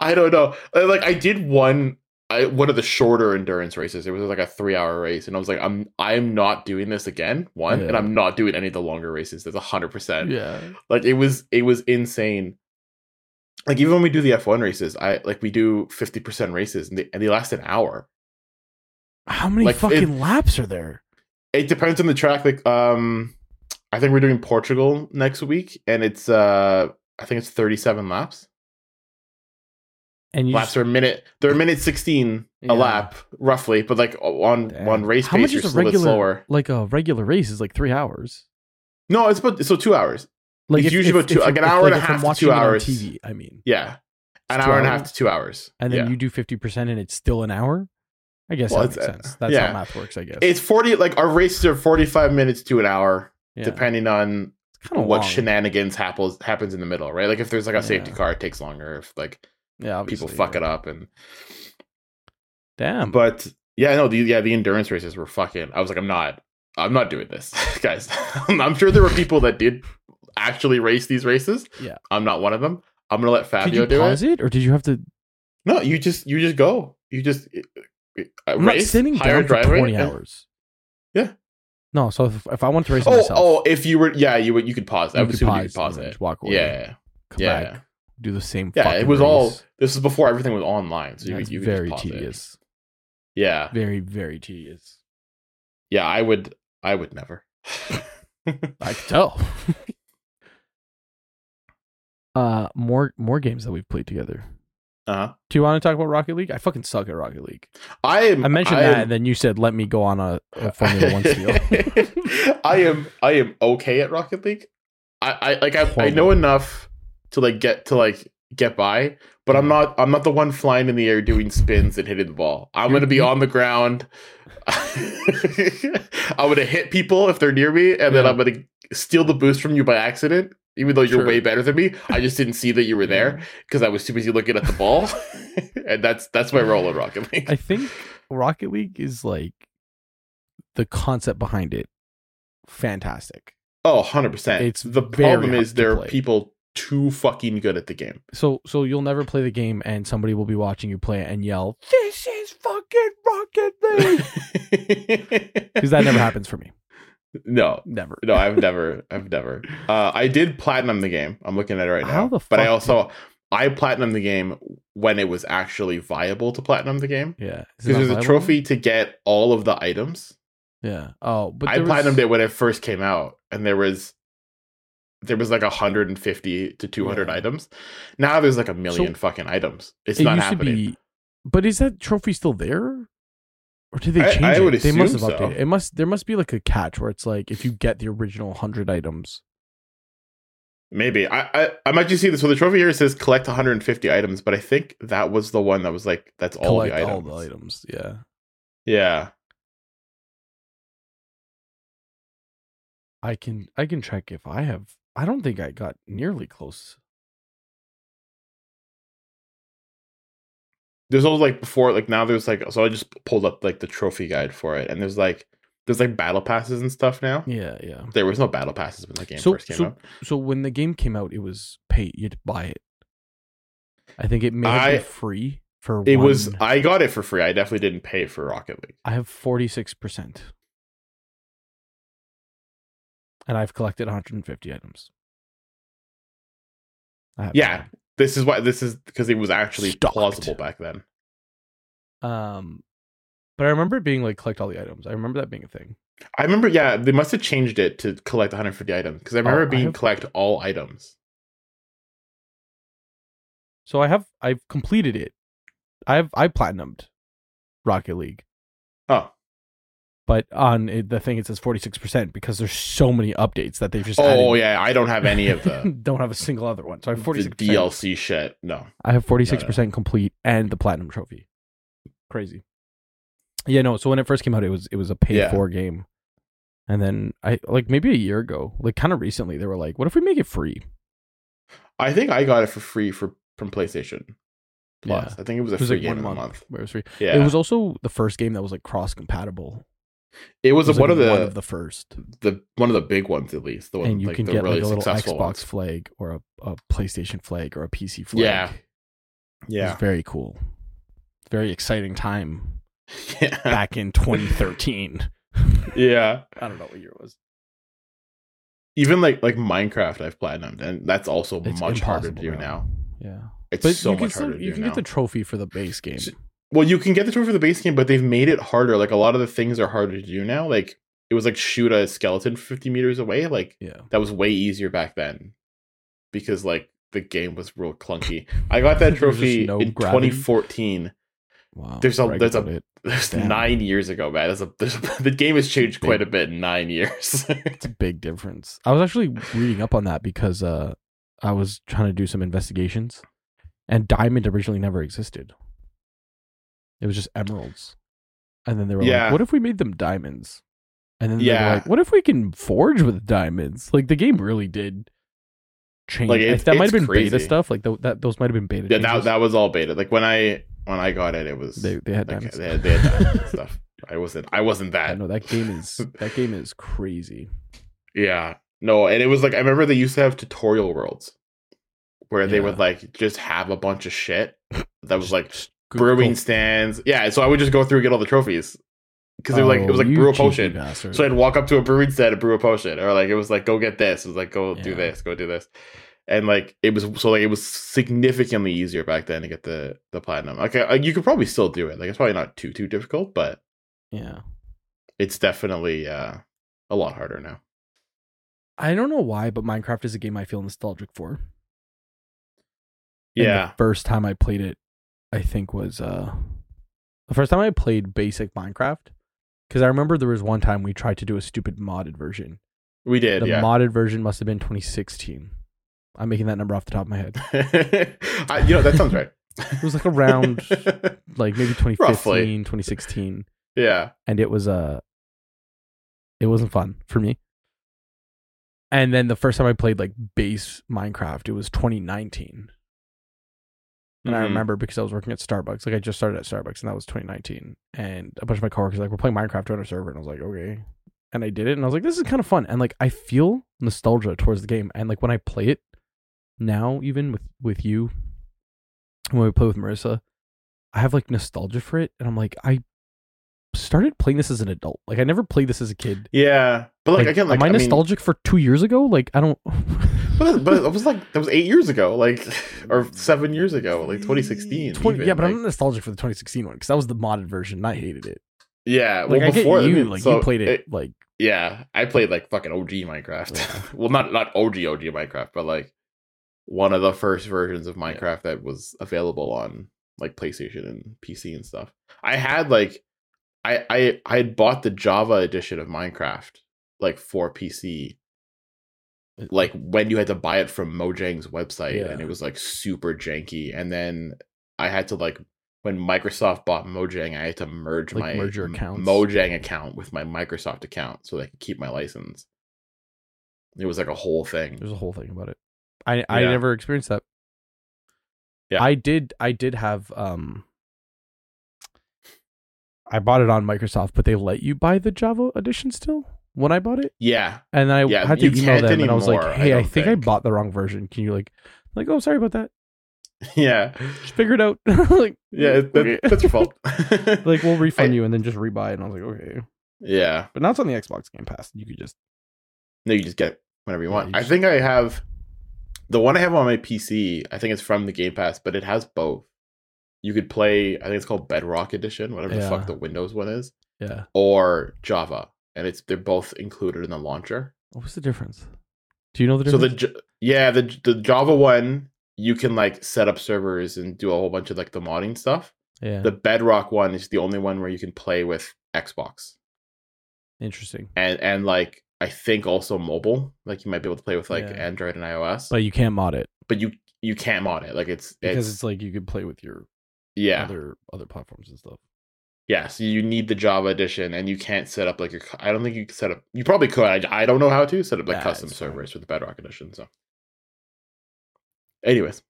[SPEAKER 2] I don't know. Uh, Like I did one. I, one of the shorter endurance races. It was like a three-hour race, and I was like, "I'm, I am not doing this again." One, and
[SPEAKER 1] Yeah.
[SPEAKER 2] I'm not doing any of the longer races. That's hundred percent
[SPEAKER 1] Yeah,
[SPEAKER 2] like it was it was insane like even when we do the f1 races i like we do 50% races and they, and they last an hour
[SPEAKER 1] how many
[SPEAKER 2] Like, if-
[SPEAKER 1] fucking laps are there?
[SPEAKER 2] it depends on the track like um i think we're doing portugal next week and it's uh i think it's 37 laps
[SPEAKER 1] and you
[SPEAKER 2] laps
[SPEAKER 1] just-
[SPEAKER 2] are a minute. They're a minute sixteen
[SPEAKER 1] Yeah.
[SPEAKER 2] a lap, roughly. But like on
[SPEAKER 1] Damn.
[SPEAKER 2] on race
[SPEAKER 1] How
[SPEAKER 2] pace,
[SPEAKER 1] much
[SPEAKER 2] you're
[SPEAKER 1] is a
[SPEAKER 2] still a bit
[SPEAKER 1] regular-
[SPEAKER 2] slower.
[SPEAKER 1] like a regular race is like three hours.
[SPEAKER 2] No, it's about so two hours.
[SPEAKER 1] Like
[SPEAKER 2] It's usually about two- like an hour and a
[SPEAKER 1] if
[SPEAKER 2] half
[SPEAKER 1] I'm
[SPEAKER 2] to
[SPEAKER 1] watching
[SPEAKER 2] two
[SPEAKER 1] it on
[SPEAKER 2] hours.
[SPEAKER 1] TV, I mean,
[SPEAKER 2] Yeah, an
[SPEAKER 1] It's
[SPEAKER 2] hour and a
[SPEAKER 1] two
[SPEAKER 2] half
[SPEAKER 1] hours.
[SPEAKER 2] to two hours.
[SPEAKER 1] and then
[SPEAKER 2] Yeah.
[SPEAKER 1] you do fifty percent, and it's still an hour. I guess
[SPEAKER 2] Well,
[SPEAKER 1] that makes
[SPEAKER 2] it's, uh,
[SPEAKER 1] sense. That's
[SPEAKER 2] yeah.
[SPEAKER 1] how math works, I guess.
[SPEAKER 2] it's forty. Like our races are forty-five minutes to an hour,
[SPEAKER 1] yeah.
[SPEAKER 2] depending on
[SPEAKER 1] It's kinda
[SPEAKER 2] what
[SPEAKER 1] long.
[SPEAKER 2] shenanigans happens happens in the middle, right? Like if there's like a safety
[SPEAKER 1] Yeah.
[SPEAKER 2] car, it takes longer. If like
[SPEAKER 1] yeah, Hmm.
[SPEAKER 2] people fuck it up and
[SPEAKER 1] Damn, but
[SPEAKER 2] but yeah, no, the, yeah, the endurance races were fucking. I was like, I'm not, I'm not doing this, (laughs) guys. I'm sure there were people that did actually race these races.
[SPEAKER 1] Yeah.
[SPEAKER 2] I'm not one of them. I'm gonna let
[SPEAKER 1] did
[SPEAKER 2] Fabio
[SPEAKER 1] you
[SPEAKER 2] do it.
[SPEAKER 1] pause it? or did you have to?
[SPEAKER 2] No, you just you just go. You just uh, uh,
[SPEAKER 1] I'm not
[SPEAKER 2] race,
[SPEAKER 1] sitting
[SPEAKER 2] hire a
[SPEAKER 1] down for
[SPEAKER 2] driver.
[SPEAKER 1] twenty
[SPEAKER 2] and-
[SPEAKER 1] hours.
[SPEAKER 2] Yeah.
[SPEAKER 1] No, so if, if I want to race
[SPEAKER 2] Oh,
[SPEAKER 1] myself,
[SPEAKER 2] oh, if you were, yeah, you would. You could pause. I
[SPEAKER 1] you
[SPEAKER 2] would
[SPEAKER 1] could
[SPEAKER 2] assume you could
[SPEAKER 1] and
[SPEAKER 2] pause
[SPEAKER 1] then
[SPEAKER 2] it.
[SPEAKER 1] just walk away.
[SPEAKER 2] Yeah,
[SPEAKER 1] come
[SPEAKER 2] yeah,
[SPEAKER 1] back, do the same.
[SPEAKER 2] yeah.
[SPEAKER 1] fucking
[SPEAKER 2] It was all.
[SPEAKER 1] race.
[SPEAKER 2] This was before everything was online, so you,
[SPEAKER 1] That's
[SPEAKER 2] could- you could just
[SPEAKER 1] very
[SPEAKER 2] pause it.
[SPEAKER 1] tedious.
[SPEAKER 2] Yeah,
[SPEAKER 1] Very very tedious.
[SPEAKER 2] yeah. I would, I
[SPEAKER 1] (laughs)
[SPEAKER 2] would never.
[SPEAKER 1] I can tell. (laughs) uh, more more games that we've played together.
[SPEAKER 2] uh-huh.
[SPEAKER 1] Do you want to talk about Rocket League? I fucking suck at Rocket League.
[SPEAKER 2] I am.
[SPEAKER 1] I mentioned
[SPEAKER 2] Mm, I
[SPEAKER 1] that,
[SPEAKER 2] am-
[SPEAKER 1] and then you said, "Let me go on a,
[SPEAKER 2] (laughs)
[SPEAKER 1] a Formula One steal."
[SPEAKER 2] I am I am okay at Rocket League. I, I like I, I know
[SPEAKER 1] Horrible.
[SPEAKER 2] enough to like get to like get by, but
[SPEAKER 1] Mm.
[SPEAKER 2] I'm not I'm not the one flying in the air doing spins and hitting the ball. I'm
[SPEAKER 1] You're-
[SPEAKER 2] gonna be
[SPEAKER 1] you-
[SPEAKER 2] on the ground. (laughs) I'm gonna hit people if they're near me, and then
[SPEAKER 1] Yeah.
[SPEAKER 2] I'm gonna steal the boost from you by accident. Even though you're
[SPEAKER 1] Sure.
[SPEAKER 2] way better than me, I just didn't see that you were there
[SPEAKER 1] Yeah.
[SPEAKER 2] because I was too busy looking at the ball, (laughs) and that's that's my role in Rocket League.
[SPEAKER 1] I think Rocket League is like the concept behind it. Fantastic.
[SPEAKER 2] Oh, 100%.
[SPEAKER 1] It's
[SPEAKER 2] the
[SPEAKER 1] very
[SPEAKER 2] problem
[SPEAKER 1] hard
[SPEAKER 2] is
[SPEAKER 1] to
[SPEAKER 2] there are
[SPEAKER 1] play.
[SPEAKER 2] people too fucking good at
[SPEAKER 1] (laughs)
[SPEAKER 2] the game.
[SPEAKER 1] So, so you'll never play the game, and somebody will be watching you play it and yell, "This is fucking Rocket
[SPEAKER 2] (laughs)
[SPEAKER 1] League," because
[SPEAKER 2] Because
[SPEAKER 1] that
[SPEAKER 2] (laughs)
[SPEAKER 1] never happens for me.
[SPEAKER 2] No.
[SPEAKER 1] Never.
[SPEAKER 2] No, I've never I've never. Uh I did platinum the game. I'm looking at it right
[SPEAKER 1] How
[SPEAKER 2] now.
[SPEAKER 1] the
[SPEAKER 2] but I
[SPEAKER 1] fuck
[SPEAKER 2] also I platinum the game when it was actually viable to platinum the game.
[SPEAKER 1] Yeah. Is it
[SPEAKER 2] Because
[SPEAKER 1] not
[SPEAKER 2] there's a
[SPEAKER 1] viable?
[SPEAKER 2] trophy to get all of the items.
[SPEAKER 1] Yeah. Oh, but
[SPEAKER 2] I
[SPEAKER 1] there was-
[SPEAKER 2] platinumed it when it first came out, and there was there was like 150 to 200
[SPEAKER 1] Yeah.
[SPEAKER 2] items. Now there's like a million fucking items. It's
[SPEAKER 1] it
[SPEAKER 2] not
[SPEAKER 1] used
[SPEAKER 2] happening.
[SPEAKER 1] to be. But is that trophy still there, or did they
[SPEAKER 2] I-
[SPEAKER 1] change
[SPEAKER 2] I
[SPEAKER 1] it?
[SPEAKER 2] would
[SPEAKER 1] they must have
[SPEAKER 2] assume so.
[SPEAKER 1] updated. It must. There must be like a catch where it's like if you get the original hundred items.
[SPEAKER 2] Maybe I, I I might just see this. So the trophy here says collect 150 items, but I think that was the one that was like that's all the
[SPEAKER 1] collect
[SPEAKER 2] items.
[SPEAKER 1] all the items. Yeah.
[SPEAKER 2] Yeah,
[SPEAKER 1] I can I can check if I have I don't think I got nearly close.
[SPEAKER 2] there's also like before like now there's like so I just pulled up like the trophy guide for it, and there's like there's like battle passes and stuff now.
[SPEAKER 1] Yeah, yeah.
[SPEAKER 2] There was no battle passes when the game
[SPEAKER 1] So-
[SPEAKER 2] first came
[SPEAKER 1] so
[SPEAKER 2] out.
[SPEAKER 1] So when the game came out it was pay you had to buy it. I think it may have
[SPEAKER 2] I-
[SPEAKER 1] been free for
[SPEAKER 2] It was
[SPEAKER 1] one-
[SPEAKER 2] I got it for free. I definitely didn't pay for Rocket League.
[SPEAKER 1] I have 46%. And I've collected 150 items. I have
[SPEAKER 2] Yeah, this is why this is because it was actually
[SPEAKER 1] Stocked.
[SPEAKER 2] plausible back then.
[SPEAKER 1] that. Um but I remember it being like collect all the items. I remember that being a thing.
[SPEAKER 2] I remember. Yeah, they must have changed it to collect 150 items because I remember
[SPEAKER 1] Oh, I
[SPEAKER 2] it being
[SPEAKER 1] have-
[SPEAKER 2] collect all items.
[SPEAKER 1] So I have I've completed it. I've I platinumed Rocket League.
[SPEAKER 2] Oh.
[SPEAKER 1] But on it, the thing it says 46% because there's so many updates that they've just
[SPEAKER 2] Oh
[SPEAKER 1] added.
[SPEAKER 2] yeah, I don't have any of the
[SPEAKER 1] (laughs) don't have a single other one. So I have
[SPEAKER 2] the
[SPEAKER 1] 46
[SPEAKER 2] DLC shit. No.
[SPEAKER 1] I have 46% complete and the platinum trophy. Crazy. Yeah, no, so when it first came out it was it was a pay
[SPEAKER 2] Yeah.
[SPEAKER 1] for game. And then I like maybe a year ago, like kind of recently they were like, what if we make it free?
[SPEAKER 2] I think I got it for free for from PlayStation Plus. I think it was a
[SPEAKER 1] It was
[SPEAKER 2] free
[SPEAKER 1] like
[SPEAKER 2] game
[SPEAKER 1] one
[SPEAKER 2] of the
[SPEAKER 1] month,
[SPEAKER 2] month.
[SPEAKER 1] where it was free.
[SPEAKER 2] Yeah.
[SPEAKER 1] It was also the first game that was like cross compatible
[SPEAKER 2] one
[SPEAKER 1] like,
[SPEAKER 2] of the
[SPEAKER 1] one of the first,
[SPEAKER 2] the one of the big ones at least. The one
[SPEAKER 1] and you
[SPEAKER 2] like,
[SPEAKER 1] can
[SPEAKER 2] the
[SPEAKER 1] get
[SPEAKER 2] really
[SPEAKER 1] like a little
[SPEAKER 2] successful
[SPEAKER 1] Xbox
[SPEAKER 2] ones.
[SPEAKER 1] flag or a, a PlayStation flag or a PC flag.
[SPEAKER 2] Yeah.
[SPEAKER 1] it's very cool. Very exciting time
[SPEAKER 2] (laughs)
[SPEAKER 1] (laughs)
[SPEAKER 2] yeah.
[SPEAKER 1] back in 2013.
[SPEAKER 2] yeah.
[SPEAKER 1] I don't know what year it was.
[SPEAKER 2] Even like like Minecraft I've platinumed and that's also
[SPEAKER 1] It's
[SPEAKER 2] much harder to do
[SPEAKER 1] impossible now.
[SPEAKER 2] now.
[SPEAKER 1] Yeah,
[SPEAKER 2] It's
[SPEAKER 1] but
[SPEAKER 2] so
[SPEAKER 1] you can
[SPEAKER 2] much
[SPEAKER 1] still
[SPEAKER 2] harder
[SPEAKER 1] you
[SPEAKER 2] to do
[SPEAKER 1] can
[SPEAKER 2] now.
[SPEAKER 1] get the trophy for the base game.
[SPEAKER 2] S- well, you can get the trophy for the base game, but they've made it harder. Like a lot of the things are harder to do now. Like it was like shoot a skeleton 50 meters away. Like
[SPEAKER 1] Yeah,
[SPEAKER 2] that was way easier back then because like the game was real clunky. I got that
[SPEAKER 1] (laughs) There was just
[SPEAKER 2] trophy
[SPEAKER 1] no
[SPEAKER 2] in
[SPEAKER 1] gravity?
[SPEAKER 2] 2014.
[SPEAKER 1] Wow.
[SPEAKER 2] There's a-
[SPEAKER 1] brag
[SPEAKER 2] there's a-
[SPEAKER 1] about it.
[SPEAKER 2] (laughs) That's
[SPEAKER 1] Damn.
[SPEAKER 2] nine years ago, man. That's a, (laughs) there's a, the game has changed quite a bit in nine years. (laughs)
[SPEAKER 1] It's a big difference. I was actually reading up on that because uh, I was trying to do some investigations, and diamond originally never existed. It was just emeralds, and then they were
[SPEAKER 2] Yeah.
[SPEAKER 1] like, "What if we made them diamonds?" And then they
[SPEAKER 2] Yeah.
[SPEAKER 1] were like, "What if we can forge with diamonds?" Like the game really did change.
[SPEAKER 2] Like,
[SPEAKER 1] Like,
[SPEAKER 2] it's-
[SPEAKER 1] that might
[SPEAKER 2] it's
[SPEAKER 1] have been beta
[SPEAKER 2] crazy.
[SPEAKER 1] stuff. Like tho- that, those might have been beta.
[SPEAKER 2] yeah, that
[SPEAKER 1] changes.
[SPEAKER 2] that was all beta. Like when I when I got it, it was
[SPEAKER 1] they they had
[SPEAKER 2] like,
[SPEAKER 1] diamonds.
[SPEAKER 2] they had, they had diamonds
[SPEAKER 1] (laughs)
[SPEAKER 2] and stuff. I wasn't I wasn't
[SPEAKER 1] I
[SPEAKER 2] that.
[SPEAKER 1] know that game
[SPEAKER 2] (laughs)
[SPEAKER 1] is that game is crazy.
[SPEAKER 2] Yeah. No, and it was like I remember they used to have tutorial worlds where they
[SPEAKER 1] Yeah.
[SPEAKER 2] would like just have a bunch of shit that was like
[SPEAKER 1] Go-
[SPEAKER 2] brewing
[SPEAKER 1] go-
[SPEAKER 2] stands. Yeah, so I would just go through and get all the trophies because they were like it
[SPEAKER 1] Oh,
[SPEAKER 2] was like
[SPEAKER 1] you
[SPEAKER 2] brew a
[SPEAKER 1] cheeky
[SPEAKER 2] potion.
[SPEAKER 1] bastard.
[SPEAKER 2] So I'd walk up to a brewing stand and brew a potion, or like it was like go get this. It was like go do
[SPEAKER 1] Yeah.
[SPEAKER 2] this, go do this, and like it was so like it was significantly easier back then to get the the platinum. Like I, you could probably still do it. Like it's probably not too too difficult, but
[SPEAKER 1] yeah.
[SPEAKER 2] it's definitely uh a lot harder now.
[SPEAKER 1] I don't know why, but Minecraft is a game I feel nostalgic for. And
[SPEAKER 2] Yeah,
[SPEAKER 1] the first time I played it, I think was uh the first time I played basic Minecraft. Because I remember there was one time we tried to do a stupid modded version.
[SPEAKER 2] we did.
[SPEAKER 1] The
[SPEAKER 2] yeah.
[SPEAKER 1] modded version must have been 2016. I'm making that number off the top of my head.
[SPEAKER 2] (laughs) I, you know that sounds right.
[SPEAKER 1] (laughs) It was like around like maybe 2015,
[SPEAKER 2] Roughly.
[SPEAKER 1] 2016,
[SPEAKER 2] (laughs) yeah,
[SPEAKER 1] and it was uh it wasn't fun for me. And then the first time I played like base Minecraft, it was 2019. And I
[SPEAKER 2] Mhm.
[SPEAKER 1] remember because I was working at Starbucks. Like I just started at Starbucks, and that was 2019. And a bunch of my coworkers were like we're playing Minecraft on our server, and I was like, okay. And I did it, and I was like, this is kind of fun. And like I feel nostalgia towards the game. And like when I play it now, even with with you, when we play with Marissa, I have like nostalgia for it, and I'm like, I started playing this as an adult. Like I never played this as a kid.
[SPEAKER 2] yeah. But like, again, like
[SPEAKER 1] am I,
[SPEAKER 2] I mean,
[SPEAKER 1] nostalgic for two years ago? Like I
[SPEAKER 2] (laughs)
[SPEAKER 1] don't. (laughs)
[SPEAKER 2] But, but it was like that was eight years ago, like or seven years ago, like 2016.
[SPEAKER 1] 20,
[SPEAKER 2] even,
[SPEAKER 1] yeah, but
[SPEAKER 2] like-
[SPEAKER 1] I'm not nostalgic for the 2016 one because that was the modded version. and I hated it.
[SPEAKER 2] yeah.
[SPEAKER 1] Like
[SPEAKER 2] well,
[SPEAKER 1] I get
[SPEAKER 2] before
[SPEAKER 1] you,
[SPEAKER 2] I mean,
[SPEAKER 1] like
[SPEAKER 2] so
[SPEAKER 1] you played it, like
[SPEAKER 2] Yeah, I played like fucking OG Minecraft.
[SPEAKER 1] Yeah.
[SPEAKER 2] (laughs) well, not not OG OG Minecraft, but like one of the first versions of Minecraft that was available on like PlayStation and PC and stuff. I had like I I I had bought the Java edition of Minecraft like for PC like when you had to buy it from Mojang's website
[SPEAKER 1] Yeah.
[SPEAKER 2] and it was like super janky and then I had to like when Microsoft bought Mojang I had to merge
[SPEAKER 1] Like,
[SPEAKER 2] my
[SPEAKER 1] merge your
[SPEAKER 2] M-
[SPEAKER 1] accounts.
[SPEAKER 2] Mojang account with my Microsoft account so that I could keep my license. It was like a whole thing.
[SPEAKER 1] there's a whole thing about it. I I
[SPEAKER 2] Yeah.
[SPEAKER 1] never experienced that.
[SPEAKER 2] Yeah.
[SPEAKER 1] I did I did have um I bought it on Microsoft, but they let you buy the Java edition still when I bought it.
[SPEAKER 2] Yeah. (laughs)
[SPEAKER 1] And I
[SPEAKER 2] Yeah,
[SPEAKER 1] had to
[SPEAKER 2] you
[SPEAKER 1] email
[SPEAKER 2] can't
[SPEAKER 1] them and I was like,
[SPEAKER 2] anymore, I
[SPEAKER 1] hey, I,
[SPEAKER 2] don't
[SPEAKER 1] think, I
[SPEAKER 2] think.
[SPEAKER 1] bought the wrong version. Can you like like, oh sorry about that.
[SPEAKER 2] Yeah.
[SPEAKER 1] Just figure it out. (laughs) like
[SPEAKER 2] Yeah, that,
[SPEAKER 1] okay.
[SPEAKER 2] that's your fault.
[SPEAKER 1] (laughs) like we'll refund
[SPEAKER 2] (laughs) I-
[SPEAKER 1] you and then just rebuy it. And I was like, okay.
[SPEAKER 2] yeah.
[SPEAKER 1] But now it's on the Xbox Game Pass. You could just
[SPEAKER 2] No, you just get it whenever you
[SPEAKER 1] Yeah,
[SPEAKER 2] want.
[SPEAKER 1] you
[SPEAKER 2] I
[SPEAKER 1] just-
[SPEAKER 2] think I have the one I have on my PC. I think it's from the Game Pass, but it has both. You could play. I think it's called Bedrock Edition, whatever the
[SPEAKER 1] Yeah.
[SPEAKER 2] fuck the Windows one is,
[SPEAKER 1] yeah.
[SPEAKER 2] or Java, and it's they're both included in the launcher.
[SPEAKER 1] What was the difference? Do you know the
[SPEAKER 2] So
[SPEAKER 1] difference?
[SPEAKER 2] the J- yeah the the Java one you can like set up servers and do a whole bunch of like the modding stuff.
[SPEAKER 1] yeah.
[SPEAKER 2] The Bedrock one is the only one where you can play with Xbox
[SPEAKER 1] Interesting.
[SPEAKER 2] and and like I think also mobile. Like you might be able to play with like
[SPEAKER 1] Yeah.
[SPEAKER 2] Android and iOS.
[SPEAKER 1] But you can't mod it.
[SPEAKER 2] but you you can't mod it. Like it's
[SPEAKER 1] because
[SPEAKER 2] it's,
[SPEAKER 1] it's, like you could play with your
[SPEAKER 2] yeah
[SPEAKER 1] other other platforms and
[SPEAKER 2] (laughs)
[SPEAKER 1] stuff.
[SPEAKER 2] yeah. So you need the Java edition, and you can't set up like your. cu- I don't think you can set up. You probably could. I, I don't know how to set up like
[SPEAKER 1] Nah,
[SPEAKER 2] custom
[SPEAKER 1] it's fine.
[SPEAKER 2] servers for the Bedrock edition. So, anyways,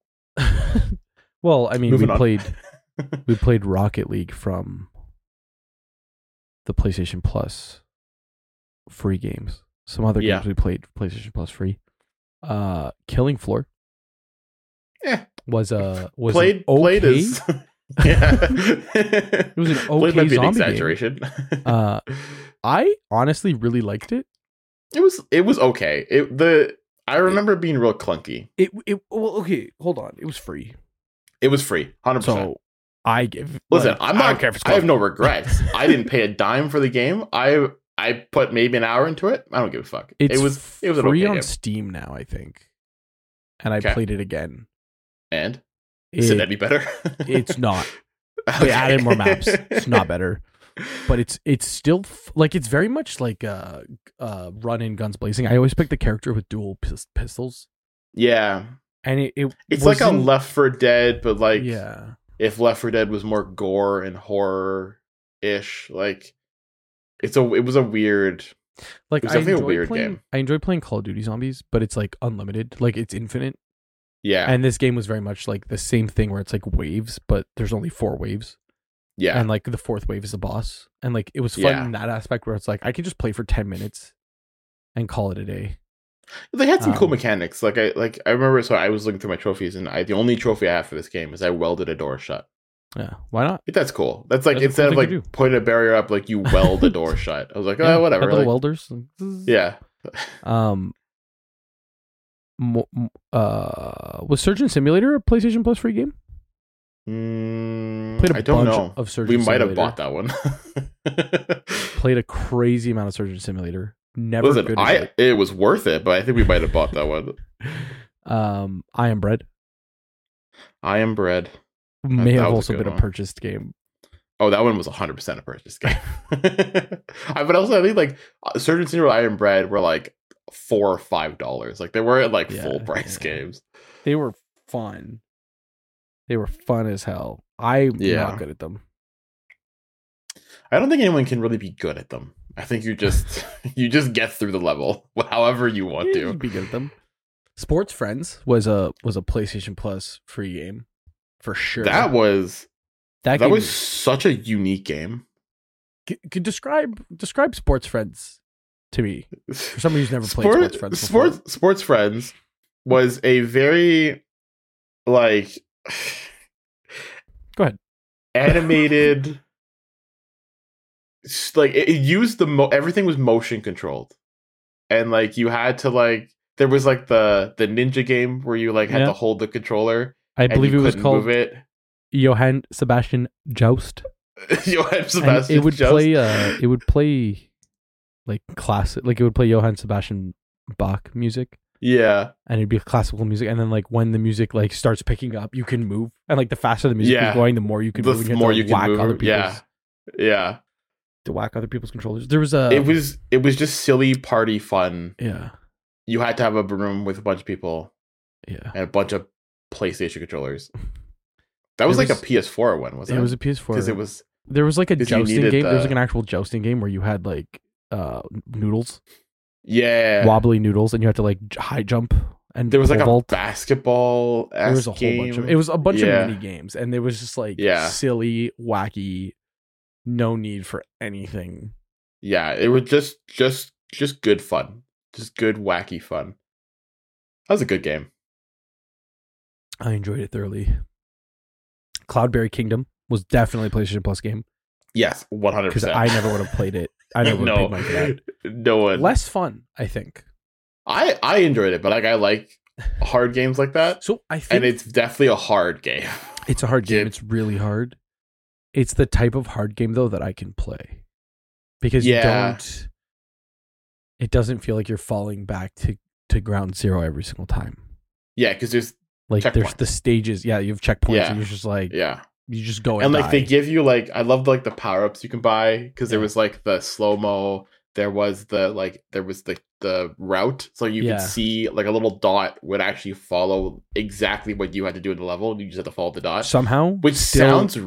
[SPEAKER 1] well, I mean,
[SPEAKER 2] moving
[SPEAKER 1] we
[SPEAKER 2] on.
[SPEAKER 1] played
[SPEAKER 2] (laughs)
[SPEAKER 1] we played Rocket League from the PlayStation Plus free games. Some other
[SPEAKER 2] Yeah.
[SPEAKER 1] games we played PlayStation Plus free. Uh, Killing Floor.
[SPEAKER 2] Eh.
[SPEAKER 1] Was a was an
[SPEAKER 2] played
[SPEAKER 1] okay, (laughs)
[SPEAKER 2] played is (laughs) yeah. it
[SPEAKER 1] was an
[SPEAKER 2] Played might
[SPEAKER 1] okay
[SPEAKER 2] be an
[SPEAKER 1] zombie game.
[SPEAKER 2] exaggeration.
[SPEAKER 1] Uh, I honestly really liked it.
[SPEAKER 2] (laughs) it was it was okay. It the I remember it being real clunky.
[SPEAKER 1] It it well okay, hold on. It was free.
[SPEAKER 2] It was free, hundred percent.
[SPEAKER 1] So I give
[SPEAKER 2] Listen,
[SPEAKER 1] like,
[SPEAKER 2] I'm
[SPEAKER 1] I
[SPEAKER 2] not.
[SPEAKER 1] don't care if it's
[SPEAKER 2] I have
[SPEAKER 1] close.
[SPEAKER 2] no regrets. I didn't pay a dime for the game. I I put maybe an hour into it. I don't give a fuck.
[SPEAKER 1] It's
[SPEAKER 2] it was it was an
[SPEAKER 1] free
[SPEAKER 2] okay
[SPEAKER 1] on
[SPEAKER 2] game.
[SPEAKER 1] Steam now, I think. and I
[SPEAKER 2] Okay.
[SPEAKER 1] played it again.
[SPEAKER 2] And is it
[SPEAKER 1] It,
[SPEAKER 2] any better?
[SPEAKER 1] it's not. (laughs)
[SPEAKER 2] (laughs)
[SPEAKER 1] They added more maps. It's not better, but it's it's still f- like it's very much like uh uh run in guns blazing. I always pick the character with dual pis- pistols,
[SPEAKER 2] yeah,
[SPEAKER 1] and it, it
[SPEAKER 2] it's like a
[SPEAKER 1] wasn't-
[SPEAKER 2] Left for Dead, but like
[SPEAKER 1] yeah
[SPEAKER 2] if Left for Dead was more gore and horror ish, like it's a it was a weird
[SPEAKER 1] like
[SPEAKER 2] it's
[SPEAKER 1] I
[SPEAKER 2] definitely a
[SPEAKER 1] enjoy
[SPEAKER 2] weird
[SPEAKER 1] playing,
[SPEAKER 2] game.
[SPEAKER 1] I enjoy playing Call of Duty Zombies, but it's like unlimited, like it's infinite.
[SPEAKER 2] yeah
[SPEAKER 1] And this game was very much like the same thing where it's like waves, but there's only four waves.
[SPEAKER 2] yeah
[SPEAKER 1] and like the fourth wave is the boss and like it was fun
[SPEAKER 2] Yeah.
[SPEAKER 1] in that aspect where it's like i could just play for 10 minutes and call it a day
[SPEAKER 2] They had some cool
[SPEAKER 1] Um,
[SPEAKER 2] mechanics. Like I like I remember so I was looking through my trophies and I the only trophy I have for this game is I welded a door shut.
[SPEAKER 1] yeah why not
[SPEAKER 2] Like, that's cool. That's like
[SPEAKER 1] That's a cool
[SPEAKER 2] instead of
[SPEAKER 1] thing to
[SPEAKER 2] like putting a barrier up, like you weld a door shut. I was like, oh
[SPEAKER 1] (laughs) Yeah, had
[SPEAKER 2] whatever.
[SPEAKER 1] the
[SPEAKER 2] like-
[SPEAKER 1] welders
[SPEAKER 2] yeah.
[SPEAKER 1] um mo- m- uh was surgeon simulator a playstation plus free game
[SPEAKER 2] Mm,
[SPEAKER 1] played a
[SPEAKER 2] I don't
[SPEAKER 1] bunch
[SPEAKER 2] know.
[SPEAKER 1] of
[SPEAKER 2] We
[SPEAKER 1] surgeon
[SPEAKER 2] might have
[SPEAKER 1] Simulator.
[SPEAKER 2] bought that one. (laughs)
[SPEAKER 1] played a crazy amount of surgeon simulator never
[SPEAKER 2] Listen,
[SPEAKER 1] good at
[SPEAKER 2] I it was worth it, but I think we might have bought that one.
[SPEAKER 1] it. (laughs) um i am bread
[SPEAKER 2] I am bread.
[SPEAKER 1] may
[SPEAKER 2] that
[SPEAKER 1] have
[SPEAKER 2] was a
[SPEAKER 1] also
[SPEAKER 2] good
[SPEAKER 1] been
[SPEAKER 2] one.
[SPEAKER 1] a purchased game
[SPEAKER 2] Oh, that one was 100% a purchase game. (laughs) I, but also, I think like uh, Surgeon Simulator Iron Bread were like four or five dollars. Like they were at like
[SPEAKER 1] Yeah,
[SPEAKER 2] full price
[SPEAKER 1] yeah.
[SPEAKER 2] games.
[SPEAKER 1] they were fun they were fun as hell i'm
[SPEAKER 2] Yeah.
[SPEAKER 1] not good at them
[SPEAKER 2] I don't think anyone can really be good at them. I think you just (laughs) you just get through the level (laughs) however you want
[SPEAKER 1] Yeah,
[SPEAKER 2] to.
[SPEAKER 1] you'd be good at them. Sports Friends was a was a PlayStation Plus free game for sure.
[SPEAKER 2] That was
[SPEAKER 1] that,
[SPEAKER 2] that,
[SPEAKER 1] game
[SPEAKER 2] was such a unique game. (laughs)
[SPEAKER 1] c- could describe describe Sports Friends to me for somebody who's never played
[SPEAKER 2] Sport-
[SPEAKER 1] Sports Friends. Before.
[SPEAKER 2] Sports Sports Friends was a very like
[SPEAKER 1] (sighs) Go ahead. (laughs)
[SPEAKER 2] Animated s- like it, it used the mo- everything was motion controlled. And like you had to like there was like the the ninja game where you like had
[SPEAKER 1] Yeah.
[SPEAKER 2] to hold the controller
[SPEAKER 1] I
[SPEAKER 2] and
[SPEAKER 1] believe it
[SPEAKER 2] you
[SPEAKER 1] was
[SPEAKER 2] couldn't
[SPEAKER 1] called
[SPEAKER 2] move it. (laughs)
[SPEAKER 1] Johann Sebastian Joust.
[SPEAKER 2] Johann
[SPEAKER 1] And
[SPEAKER 2] Sebastian
[SPEAKER 1] it would
[SPEAKER 2] Joust.
[SPEAKER 1] play uh it would play like classic like it would play Johann Sebastian Bach music.
[SPEAKER 2] yeah.
[SPEAKER 1] and it'd be classical music. And then like when the music like starts picking up, you can move. And like the faster the music
[SPEAKER 2] Yeah.
[SPEAKER 1] is going, the more you can
[SPEAKER 2] The
[SPEAKER 1] move. and have
[SPEAKER 2] more
[SPEAKER 1] to, like,
[SPEAKER 2] you can
[SPEAKER 1] whack
[SPEAKER 2] move.
[SPEAKER 1] Other people's,
[SPEAKER 2] Yeah. Yeah.
[SPEAKER 1] to whack other people's controllers. There was a
[SPEAKER 2] it was it was just silly party fun.
[SPEAKER 1] yeah
[SPEAKER 2] You had to have a room with a bunch of people.
[SPEAKER 1] yeah.
[SPEAKER 2] and a bunch of PlayStation controllers. That was
[SPEAKER 1] There
[SPEAKER 2] like
[SPEAKER 1] was-
[SPEAKER 2] a PS4 one, wasn't
[SPEAKER 1] It
[SPEAKER 2] it?
[SPEAKER 1] was a PS4.
[SPEAKER 2] because it was
[SPEAKER 1] there was like a
[SPEAKER 2] 'cause you
[SPEAKER 1] jousting
[SPEAKER 2] needed
[SPEAKER 1] game. There was
[SPEAKER 2] the-
[SPEAKER 1] like an actual jousting game where you had like uh noodles,
[SPEAKER 2] yeah.
[SPEAKER 1] wobbly noodles, and you had to like j- high jump and
[SPEAKER 2] There was like
[SPEAKER 1] pole vault.
[SPEAKER 2] a basketball.
[SPEAKER 1] there was a whole
[SPEAKER 2] game.
[SPEAKER 1] bunch of it was a bunch
[SPEAKER 2] Yeah.
[SPEAKER 1] of mini games, and it was just like
[SPEAKER 2] Yeah.
[SPEAKER 1] silly, wacky, no need for anything.
[SPEAKER 2] yeah, it was just just just good fun, just good wacky fun. That was a good game.
[SPEAKER 1] I enjoyed it thoroughly. Cloudberry Kingdom was definitely a PlayStation Plus game
[SPEAKER 2] Yes, one hundred
[SPEAKER 1] because
[SPEAKER 2] percent.
[SPEAKER 1] I never would have played it. I never would have
[SPEAKER 2] (laughs) no,
[SPEAKER 1] paid money for that.
[SPEAKER 2] (laughs) no one.
[SPEAKER 1] Less fun, I think.
[SPEAKER 2] I I enjoyed it, but like I like
[SPEAKER 1] (laughs)
[SPEAKER 2] hard games like that,
[SPEAKER 1] So I think
[SPEAKER 2] and
[SPEAKER 1] it's,
[SPEAKER 2] it's definitely a hard game. (laughs)
[SPEAKER 1] a hard game.
[SPEAKER 2] it-
[SPEAKER 1] It's really hard. It's the type of hard game though that I can play because
[SPEAKER 2] Yeah.
[SPEAKER 1] you don't. It doesn't feel like you're falling back to to ground zero every single time.
[SPEAKER 2] Yeah, because there's
[SPEAKER 1] Like there's
[SPEAKER 2] Checkpoint.
[SPEAKER 1] the stages. Yeah, you have checkpoints,
[SPEAKER 2] Yeah.
[SPEAKER 1] and you're just like
[SPEAKER 2] yeah.
[SPEAKER 1] you just go and,
[SPEAKER 2] and like they
[SPEAKER 1] die.
[SPEAKER 2] give you like I love like the power ups you can buy because there
[SPEAKER 1] Yeah.
[SPEAKER 2] was like the slow mo, there was the like there was the the route, so you
[SPEAKER 1] Yeah.
[SPEAKER 2] could see like a little dot would actually follow exactly what you had to do in the level. and You just had to follow the dot,
[SPEAKER 1] somehow,
[SPEAKER 2] which
[SPEAKER 1] still-
[SPEAKER 2] sounds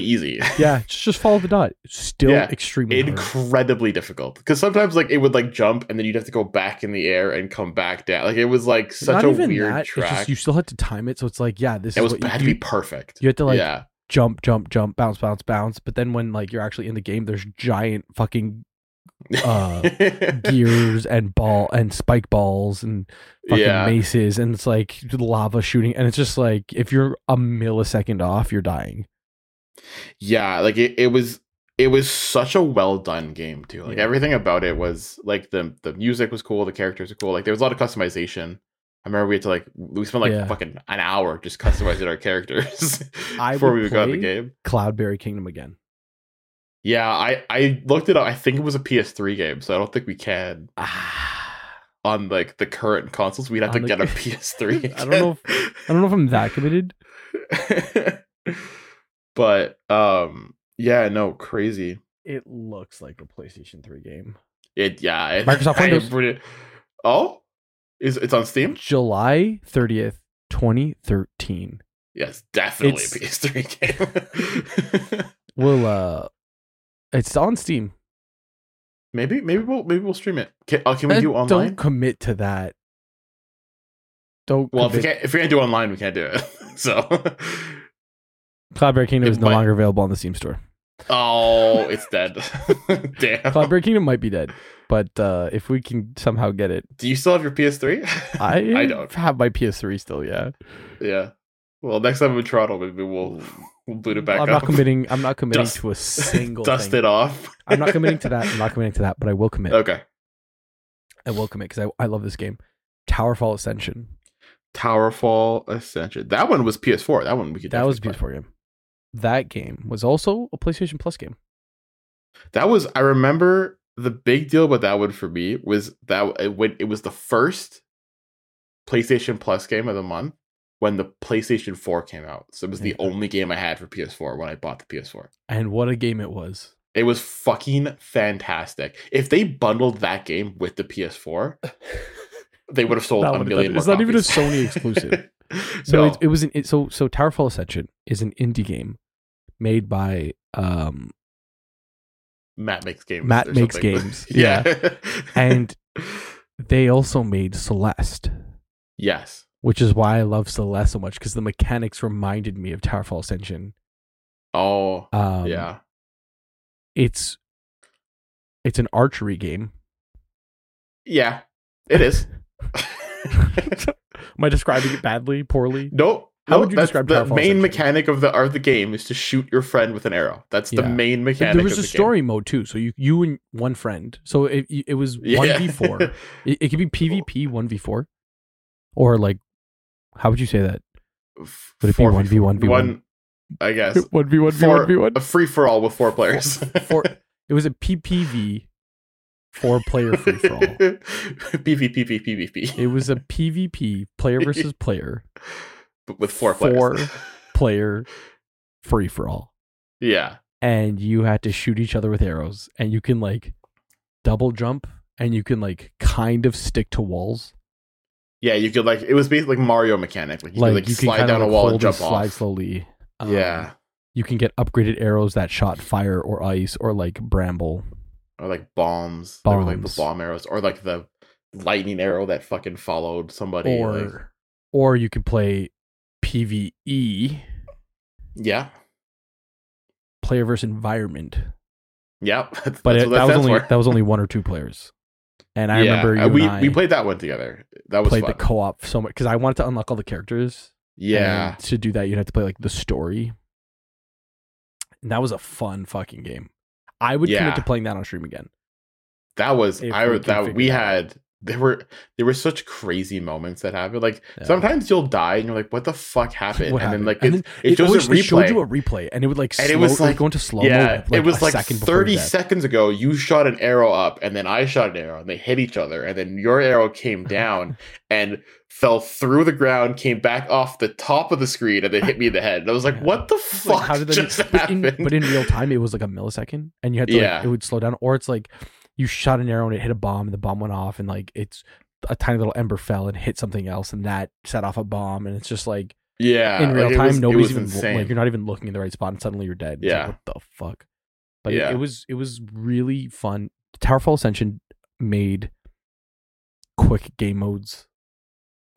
[SPEAKER 1] (laughs)
[SPEAKER 2] easy,
[SPEAKER 1] yeah, just, just follow the dot. Still
[SPEAKER 2] Yeah.
[SPEAKER 1] extremely hard.
[SPEAKER 2] incredibly difficult. Because sometimes like it would like jump and then you'd have to go back in the air and come back down. Like it was like such
[SPEAKER 1] Not
[SPEAKER 2] a
[SPEAKER 1] even
[SPEAKER 2] weird
[SPEAKER 1] that, it's just
[SPEAKER 2] track.
[SPEAKER 1] you still had to time it, so it's like, yeah, this
[SPEAKER 2] it
[SPEAKER 1] is
[SPEAKER 2] was
[SPEAKER 1] what
[SPEAKER 2] it had
[SPEAKER 1] you do.
[SPEAKER 2] to be perfect.
[SPEAKER 1] You had to like
[SPEAKER 2] yeah,
[SPEAKER 1] jump, jump, jump, bounce, bounce, bounce. But then when like you're actually in the game, there's giant fucking uh,
[SPEAKER 2] (laughs)
[SPEAKER 1] gears and ball and spike balls and fucking
[SPEAKER 2] Yeah.
[SPEAKER 1] maces, and it's like lava shooting, and it's just like if you're a millisecond off, you're dying.
[SPEAKER 2] yeah like it, it was it was such a well done game too like
[SPEAKER 1] Yeah.
[SPEAKER 2] everything about it was like the the music was cool the characters were cool like there was a lot of customization i remember we had to like we spent like
[SPEAKER 1] Yeah.
[SPEAKER 2] fucking an hour just customizing our characters (laughs)
[SPEAKER 1] I
[SPEAKER 2] before
[SPEAKER 1] would
[SPEAKER 2] we got the
[SPEAKER 1] play-
[SPEAKER 2] game
[SPEAKER 1] Cloudberry Kingdom again. (sighs)
[SPEAKER 2] yeah i i looked it up i think it was a ps3 game so i don't think we can
[SPEAKER 1] Ah,
[SPEAKER 2] on like the current consoles. We'd have
[SPEAKER 1] On
[SPEAKER 2] to
[SPEAKER 1] the- (laughs)
[SPEAKER 2] get a PS3.
[SPEAKER 1] I don't know I don't know if I'm that committed.
[SPEAKER 2] (laughs) but um, yeah, no, crazy.
[SPEAKER 1] It looks like a PlayStation 3 game.
[SPEAKER 2] It yeah. It,
[SPEAKER 1] Microsoft
[SPEAKER 2] (laughs) I am
[SPEAKER 1] Windows.
[SPEAKER 2] pretty- oh, is it's on Steam?
[SPEAKER 1] July 30th, 2013.
[SPEAKER 2] Yes, definitely (laughs)
[SPEAKER 1] It's-
[SPEAKER 2] a PS3 game. (laughs)
[SPEAKER 1] We'll uh it's on Steam.
[SPEAKER 2] maybe maybe we'll maybe we'll stream it. Can, uh, can we
[SPEAKER 1] Uh,
[SPEAKER 2] do online?
[SPEAKER 1] Don't commit to that. Don't
[SPEAKER 2] Well, if we
[SPEAKER 1] commit.
[SPEAKER 2] can't if we can't do online, we can't do it. (laughs) so,
[SPEAKER 1] Cloudberry Kingdom
[SPEAKER 2] it
[SPEAKER 1] is no
[SPEAKER 2] might-
[SPEAKER 1] longer available on the Steam
[SPEAKER 2] (laughs)
[SPEAKER 1] store.
[SPEAKER 2] oh, it's dead. (laughs) Damn.
[SPEAKER 1] Cloudberry Kingdom might be dead, but uh if we can somehow get
[SPEAKER 2] (laughs)
[SPEAKER 1] it,
[SPEAKER 2] Do you still have your PS3?
[SPEAKER 1] I
[SPEAKER 2] I don't.
[SPEAKER 1] have my PS3 still. Yeah,
[SPEAKER 2] (laughs) Yeah. Well, next time we're in Toronto, maybe we'll we'll boot it back
[SPEAKER 1] I'm
[SPEAKER 2] up.
[SPEAKER 1] not committing. I'm not committing
[SPEAKER 2] Dust- (laughs)
[SPEAKER 1] to a single.
[SPEAKER 2] Dust
[SPEAKER 1] thing.
[SPEAKER 2] it off.
[SPEAKER 1] I'm not committing
[SPEAKER 2] (laughs)
[SPEAKER 1] to that. I'm not committing to that. But I will commit.
[SPEAKER 2] Okay.
[SPEAKER 1] I will commit because I, I love this game. Towerfall Ascension.
[SPEAKER 2] Towerfall Ascension. That one was PS4. That one we could.
[SPEAKER 1] That was a
[SPEAKER 2] definitely play.
[SPEAKER 1] PS4 game. That game was also a PlayStation Plus game.
[SPEAKER 2] That was. I remember the big deal about that one for me was that it, when it was the first PlayStation Plus game of the month when the PlayStation 4 came out. So it was the
[SPEAKER 1] Yeah.
[SPEAKER 2] only game I had for PS4 when I bought the PS4.
[SPEAKER 1] And what a game it was.
[SPEAKER 2] It was fucking fantastic. If they bundled that game with the PS4,
[SPEAKER 1] (laughs)
[SPEAKER 2] they would have sold
[SPEAKER 1] That
[SPEAKER 2] a
[SPEAKER 1] would've done
[SPEAKER 2] million.
[SPEAKER 1] it.
[SPEAKER 2] more
[SPEAKER 1] It's not even a
[SPEAKER 2] copies.
[SPEAKER 1] Sony
[SPEAKER 2] (laughs)
[SPEAKER 1] exclusive. So
[SPEAKER 2] so
[SPEAKER 1] it, it was an it, so so Towerfall Ascension is an indie game made by um
[SPEAKER 2] Matt makes games.
[SPEAKER 1] Matt
[SPEAKER 2] or
[SPEAKER 1] Makes
[SPEAKER 2] something. (laughs)
[SPEAKER 1] Games,
[SPEAKER 2] and
[SPEAKER 1] and they also made Celeste,
[SPEAKER 2] (laughs) yes,
[SPEAKER 1] which is why I love Celeste so much because the mechanics reminded me of Towerfall Ascension.
[SPEAKER 2] oh
[SPEAKER 1] Um,
[SPEAKER 2] yeah,
[SPEAKER 1] it's it's an archery game.
[SPEAKER 2] yeah, it is.
[SPEAKER 1] Am I describing it badly, poorly?
[SPEAKER 2] no,
[SPEAKER 1] How
[SPEAKER 2] no,
[SPEAKER 1] would you
[SPEAKER 2] that's
[SPEAKER 1] describe
[SPEAKER 2] the
[SPEAKER 1] Towerfall
[SPEAKER 2] main
[SPEAKER 1] Ascension?
[SPEAKER 2] mechanic of the art of the game is to shoot your friend with an arrow. That's the
[SPEAKER 1] Yeah.
[SPEAKER 2] main mechanic.
[SPEAKER 1] there was
[SPEAKER 2] of
[SPEAKER 1] a
[SPEAKER 2] the game.
[SPEAKER 1] story mode too, so you you and one friend. So it it was
[SPEAKER 2] (laughs) Yeah.
[SPEAKER 1] one v
[SPEAKER 2] (laughs)
[SPEAKER 1] four. It, it could be PvP one v four, or like, how would you say that? Would it be
[SPEAKER 2] 4v4?
[SPEAKER 1] 1v1?
[SPEAKER 2] One, I guess.
[SPEAKER 1] (laughs) One v one
[SPEAKER 2] Four- (laughs) A free for all with four players. (laughs)
[SPEAKER 1] Four. It was a PPV, four player free for all.
[SPEAKER 2] (laughs) PvP, PvP,
[SPEAKER 1] It was a PvP player versus player
[SPEAKER 2] But with four,
[SPEAKER 1] Four.
[SPEAKER 2] players.
[SPEAKER 1] player free for all,
[SPEAKER 2] (laughs) yeah.
[SPEAKER 1] and you had to shoot each other with arrows, and you can like double jump, and you can like kind of stick to walls.
[SPEAKER 2] Yeah, you could like it was basically like Mario mechanic. Like you could like
[SPEAKER 1] you
[SPEAKER 2] slide
[SPEAKER 1] kinda,
[SPEAKER 2] down a
[SPEAKER 1] like,
[SPEAKER 2] wall and
[SPEAKER 1] hold
[SPEAKER 2] jump
[SPEAKER 1] slide
[SPEAKER 2] off.
[SPEAKER 1] slowly. Um,
[SPEAKER 2] yeah.
[SPEAKER 1] you can get upgraded arrows that shot fire or ice or like bramble.
[SPEAKER 2] Or like bombs. They were, like the
[SPEAKER 1] Bombs.
[SPEAKER 2] bomb arrows. Or like the lightning arrow that fucking followed somebody.
[SPEAKER 1] or
[SPEAKER 2] like-
[SPEAKER 1] or you can play E, PVE,
[SPEAKER 2] yeah.
[SPEAKER 1] player versus environment.
[SPEAKER 2] Yep. (laughs) That's,
[SPEAKER 1] But
[SPEAKER 2] that's
[SPEAKER 1] it,
[SPEAKER 2] what
[SPEAKER 1] that, was
[SPEAKER 2] stands
[SPEAKER 1] only
[SPEAKER 2] for.
[SPEAKER 1] that was only one or two players. And I
[SPEAKER 2] Yeah,
[SPEAKER 1] remember
[SPEAKER 2] uh,
[SPEAKER 1] you
[SPEAKER 2] we
[SPEAKER 1] and I
[SPEAKER 2] we played that one together. That was
[SPEAKER 1] played
[SPEAKER 2] fun.
[SPEAKER 1] the co-op so much because I wanted to unlock all the characters.
[SPEAKER 2] yeah.
[SPEAKER 1] and to do that, you'd have to play like the story. And that was a fun fucking game. I would
[SPEAKER 2] Yeah.
[SPEAKER 1] commit to playing that on stream again.
[SPEAKER 2] That was
[SPEAKER 1] if
[SPEAKER 2] I
[SPEAKER 1] we
[SPEAKER 2] re-
[SPEAKER 1] can
[SPEAKER 2] that
[SPEAKER 1] figure
[SPEAKER 2] we
[SPEAKER 1] it out.
[SPEAKER 2] had there were there were such crazy moments that happened. Like
[SPEAKER 1] Yeah.
[SPEAKER 2] sometimes you'll die and you're like, what the fuck
[SPEAKER 1] (laughs)
[SPEAKER 2] happened?
[SPEAKER 1] What
[SPEAKER 2] and
[SPEAKER 1] happened?
[SPEAKER 2] then like
[SPEAKER 1] And
[SPEAKER 2] it, it, shows
[SPEAKER 1] always-
[SPEAKER 2] a replay.
[SPEAKER 1] It showed you a replay, and it would like
[SPEAKER 2] And
[SPEAKER 1] slow, it was like going to slow.
[SPEAKER 2] yeah,
[SPEAKER 1] like,
[SPEAKER 2] it was
[SPEAKER 1] a
[SPEAKER 2] like
[SPEAKER 1] second before
[SPEAKER 2] 30
[SPEAKER 1] your death.
[SPEAKER 2] seconds ago. You shot an arrow up, and then I shot an arrow, and they hit each other, and then your
[SPEAKER 1] (laughs)
[SPEAKER 2] arrow came down and fell through the ground, came back off the top of the screen, and then hit me in the head. And I was like,
[SPEAKER 1] Yeah.
[SPEAKER 2] what the
[SPEAKER 1] It's
[SPEAKER 2] fuck
[SPEAKER 1] like, how did that
[SPEAKER 2] just
[SPEAKER 1] but, in,
[SPEAKER 2] happened?
[SPEAKER 1] but in real time, it was like a millisecond, and you had to like,
[SPEAKER 2] Yeah.
[SPEAKER 1] it would slow down, or it's like you shot an arrow and it hit a bomb, and the bomb went off, and like it's a tiny little ember fell and hit something else, and that set off a bomb, and it's just like
[SPEAKER 2] (laughs) yeah,
[SPEAKER 1] in real
[SPEAKER 2] Uh, like, it
[SPEAKER 1] time,
[SPEAKER 2] was- it
[SPEAKER 1] nobody's
[SPEAKER 2] was
[SPEAKER 1] even lo-
[SPEAKER 2] insane.
[SPEAKER 1] like you're not even looking in the right spot, and suddenly you're dead. It's like,
[SPEAKER 2] Yeah.
[SPEAKER 1] what the fuck? But it-
[SPEAKER 2] Yeah.
[SPEAKER 1] it, was it was really fun. Towerfall Ascension made quick game modes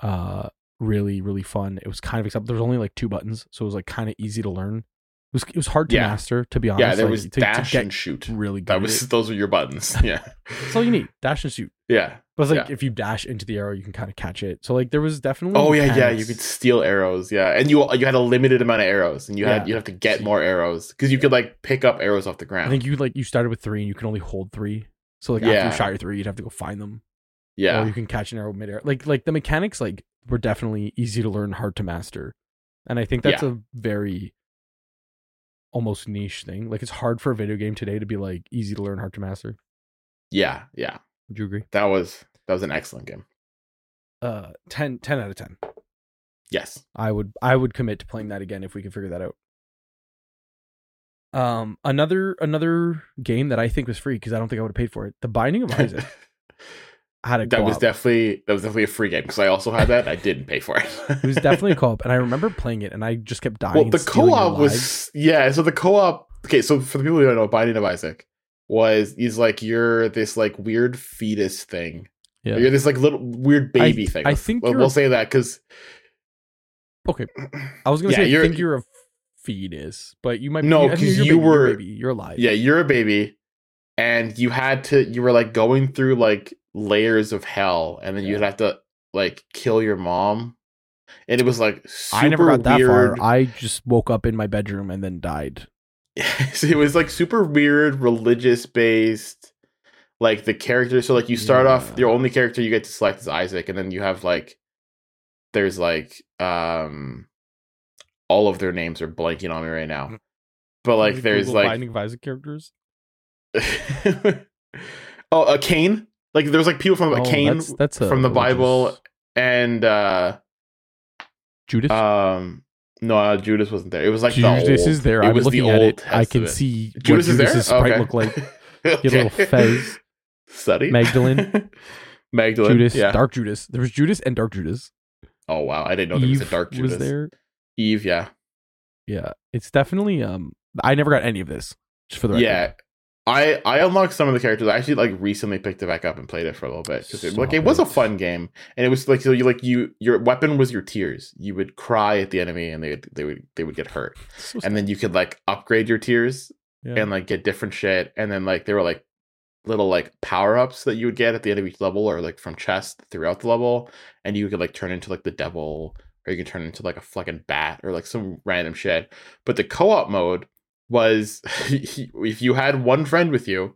[SPEAKER 1] uh really really fun. It was kind of except there was only like two buttons, so it was like kind of easy to learn. It was it was hard to
[SPEAKER 2] Yeah.
[SPEAKER 1] master to be honest.
[SPEAKER 2] yeah, there
[SPEAKER 1] like,
[SPEAKER 2] was
[SPEAKER 1] to, to
[SPEAKER 2] dash
[SPEAKER 1] get
[SPEAKER 2] and shoot.
[SPEAKER 1] really good.
[SPEAKER 2] That
[SPEAKER 1] at
[SPEAKER 2] was
[SPEAKER 1] it.
[SPEAKER 2] those were
[SPEAKER 1] (laughs)
[SPEAKER 2] your buttons. Yeah,
[SPEAKER 1] that's all you need. Dash and shoot.
[SPEAKER 2] Yeah.
[SPEAKER 1] But it's like
[SPEAKER 2] Yeah.
[SPEAKER 1] if you dash into the arrow, you can kind of catch it. So like there was definitely
[SPEAKER 2] Oh yeah, yeah. You
[SPEAKER 1] mechanics.
[SPEAKER 2] could steal arrows. Yeah, and you you had a limited amount of arrows, and you had
[SPEAKER 1] Yeah.
[SPEAKER 2] you have to get more arrows because you could like pick up arrows off the ground.
[SPEAKER 1] I think you like you started with three and you can only hold three. So like after
[SPEAKER 2] Yeah.
[SPEAKER 1] you shot your three, you'd have to go find them. Or
[SPEAKER 2] yeah,
[SPEAKER 1] you can catch an arrow midair. Like like the mechanics like were definitely easy to learn, hard to master. And I think that's a very almost niche thing. Like it's hard for a video game today to be like easy to learn, hard to master.
[SPEAKER 2] yeah, yeah.
[SPEAKER 1] Would you agree?
[SPEAKER 2] That was That was an excellent game.
[SPEAKER 1] Uh, 10, 10 out of ten.
[SPEAKER 2] Yes.
[SPEAKER 1] I would I would commit to playing that again if we could figure that out. Um, another another game that I think was free because I don't think I would have paid for it. The Binding of
[SPEAKER 2] (laughs)
[SPEAKER 1] Isaac had a
[SPEAKER 2] that was
[SPEAKER 1] co-op.
[SPEAKER 2] definitely that was definitely a free game because I also had that. I didn't pay for it.
[SPEAKER 1] it was
[SPEAKER 2] (laughs)
[SPEAKER 1] definitely a co-op, and I remember playing it, and I just kept dying.
[SPEAKER 2] well,
[SPEAKER 1] and
[SPEAKER 2] the
[SPEAKER 1] stealing
[SPEAKER 2] co-op
[SPEAKER 1] their lives.
[SPEAKER 2] was yeah. So the co-op. Okay, so for the people who don't know, Binding of Isaac was is like you're this like weird fetus thing.
[SPEAKER 1] Yeah.
[SPEAKER 2] You're this like little weird baby thing.
[SPEAKER 1] I think
[SPEAKER 2] we'll,
[SPEAKER 1] you're
[SPEAKER 2] we'll
[SPEAKER 1] a-
[SPEAKER 2] say that because (clears throat)
[SPEAKER 1] okay. I was gonna
[SPEAKER 2] Yeah,
[SPEAKER 1] say I
[SPEAKER 2] you're-
[SPEAKER 1] think you're a fetus, but you might be,
[SPEAKER 2] No,
[SPEAKER 1] I mean,
[SPEAKER 2] 'cause
[SPEAKER 1] you're a
[SPEAKER 2] you
[SPEAKER 1] baby, you're a
[SPEAKER 2] were-
[SPEAKER 1] baby, you're alive.
[SPEAKER 2] yeah you're a baby and you had to you were like going through like layers of hell and then you'd have to like kill your mom and it was like super
[SPEAKER 1] I never got that
[SPEAKER 2] weird. (laughs)
[SPEAKER 1] far. I just woke up in my bedroom and then died.
[SPEAKER 2] So it was like super weird religious based like the character so like you start off
[SPEAKER 1] Yeah.
[SPEAKER 2] your only character you get to select is isaac and then you have like there's like um all of their names are blanking on me right now but like
[SPEAKER 1] Mm. Google
[SPEAKER 2] there's like
[SPEAKER 1] Binding of Isaac characters.
[SPEAKER 2] (laughs) oh, a Cain. Like there's like people from a
[SPEAKER 1] Oh,
[SPEAKER 2] Cain
[SPEAKER 1] that's, that's a
[SPEAKER 2] from the Bible
[SPEAKER 1] religious-
[SPEAKER 2] and uh
[SPEAKER 1] Judas.
[SPEAKER 2] um no uh, Judas wasn't there. It was like the
[SPEAKER 1] Judas
[SPEAKER 2] old,
[SPEAKER 1] is there.
[SPEAKER 2] It
[SPEAKER 1] I'm
[SPEAKER 2] was
[SPEAKER 1] looking
[SPEAKER 2] the
[SPEAKER 1] at
[SPEAKER 2] Old
[SPEAKER 1] it. I can
[SPEAKER 2] Testament.
[SPEAKER 1] see what
[SPEAKER 2] Judas is there.
[SPEAKER 1] Judas's sprite
[SPEAKER 2] okay.
[SPEAKER 1] look
[SPEAKER 2] (laughs)
[SPEAKER 1] like.
[SPEAKER 2] okay.
[SPEAKER 1] Your little fez.
[SPEAKER 2] Study
[SPEAKER 1] Magdalene.
[SPEAKER 2] (laughs) Magdalene.
[SPEAKER 1] Judas,
[SPEAKER 2] Yeah.
[SPEAKER 1] Dark Judas. There was Judas and Dark Judas.
[SPEAKER 2] oh wow, I didn't know there
[SPEAKER 1] Eve
[SPEAKER 2] was a dark Judas.
[SPEAKER 1] was there.
[SPEAKER 2] Eve, yeah,
[SPEAKER 1] Yeah, it's definitely. Um, I never got any of this. Just for the record.
[SPEAKER 2] yeah. I I unlocked some of the characters. I actually like recently picked it back up and played it for a little bit because it, like
[SPEAKER 1] Stop
[SPEAKER 2] it was a
[SPEAKER 1] it.
[SPEAKER 2] fun game, and it was like so you like you your weapon was your tears. You would cry at the enemy, and they would they would they would get hurt.
[SPEAKER 1] So
[SPEAKER 2] and then you could like upgrade your tiers
[SPEAKER 1] Yeah.
[SPEAKER 2] and like get different shit and then like there were like little like power-ups that you would get at the end of each level or like from chests throughout the level and you could like turn into like the devil or you could turn into like a fucking bat or like some random shit but the co-op mode was (laughs) if you had one friend with you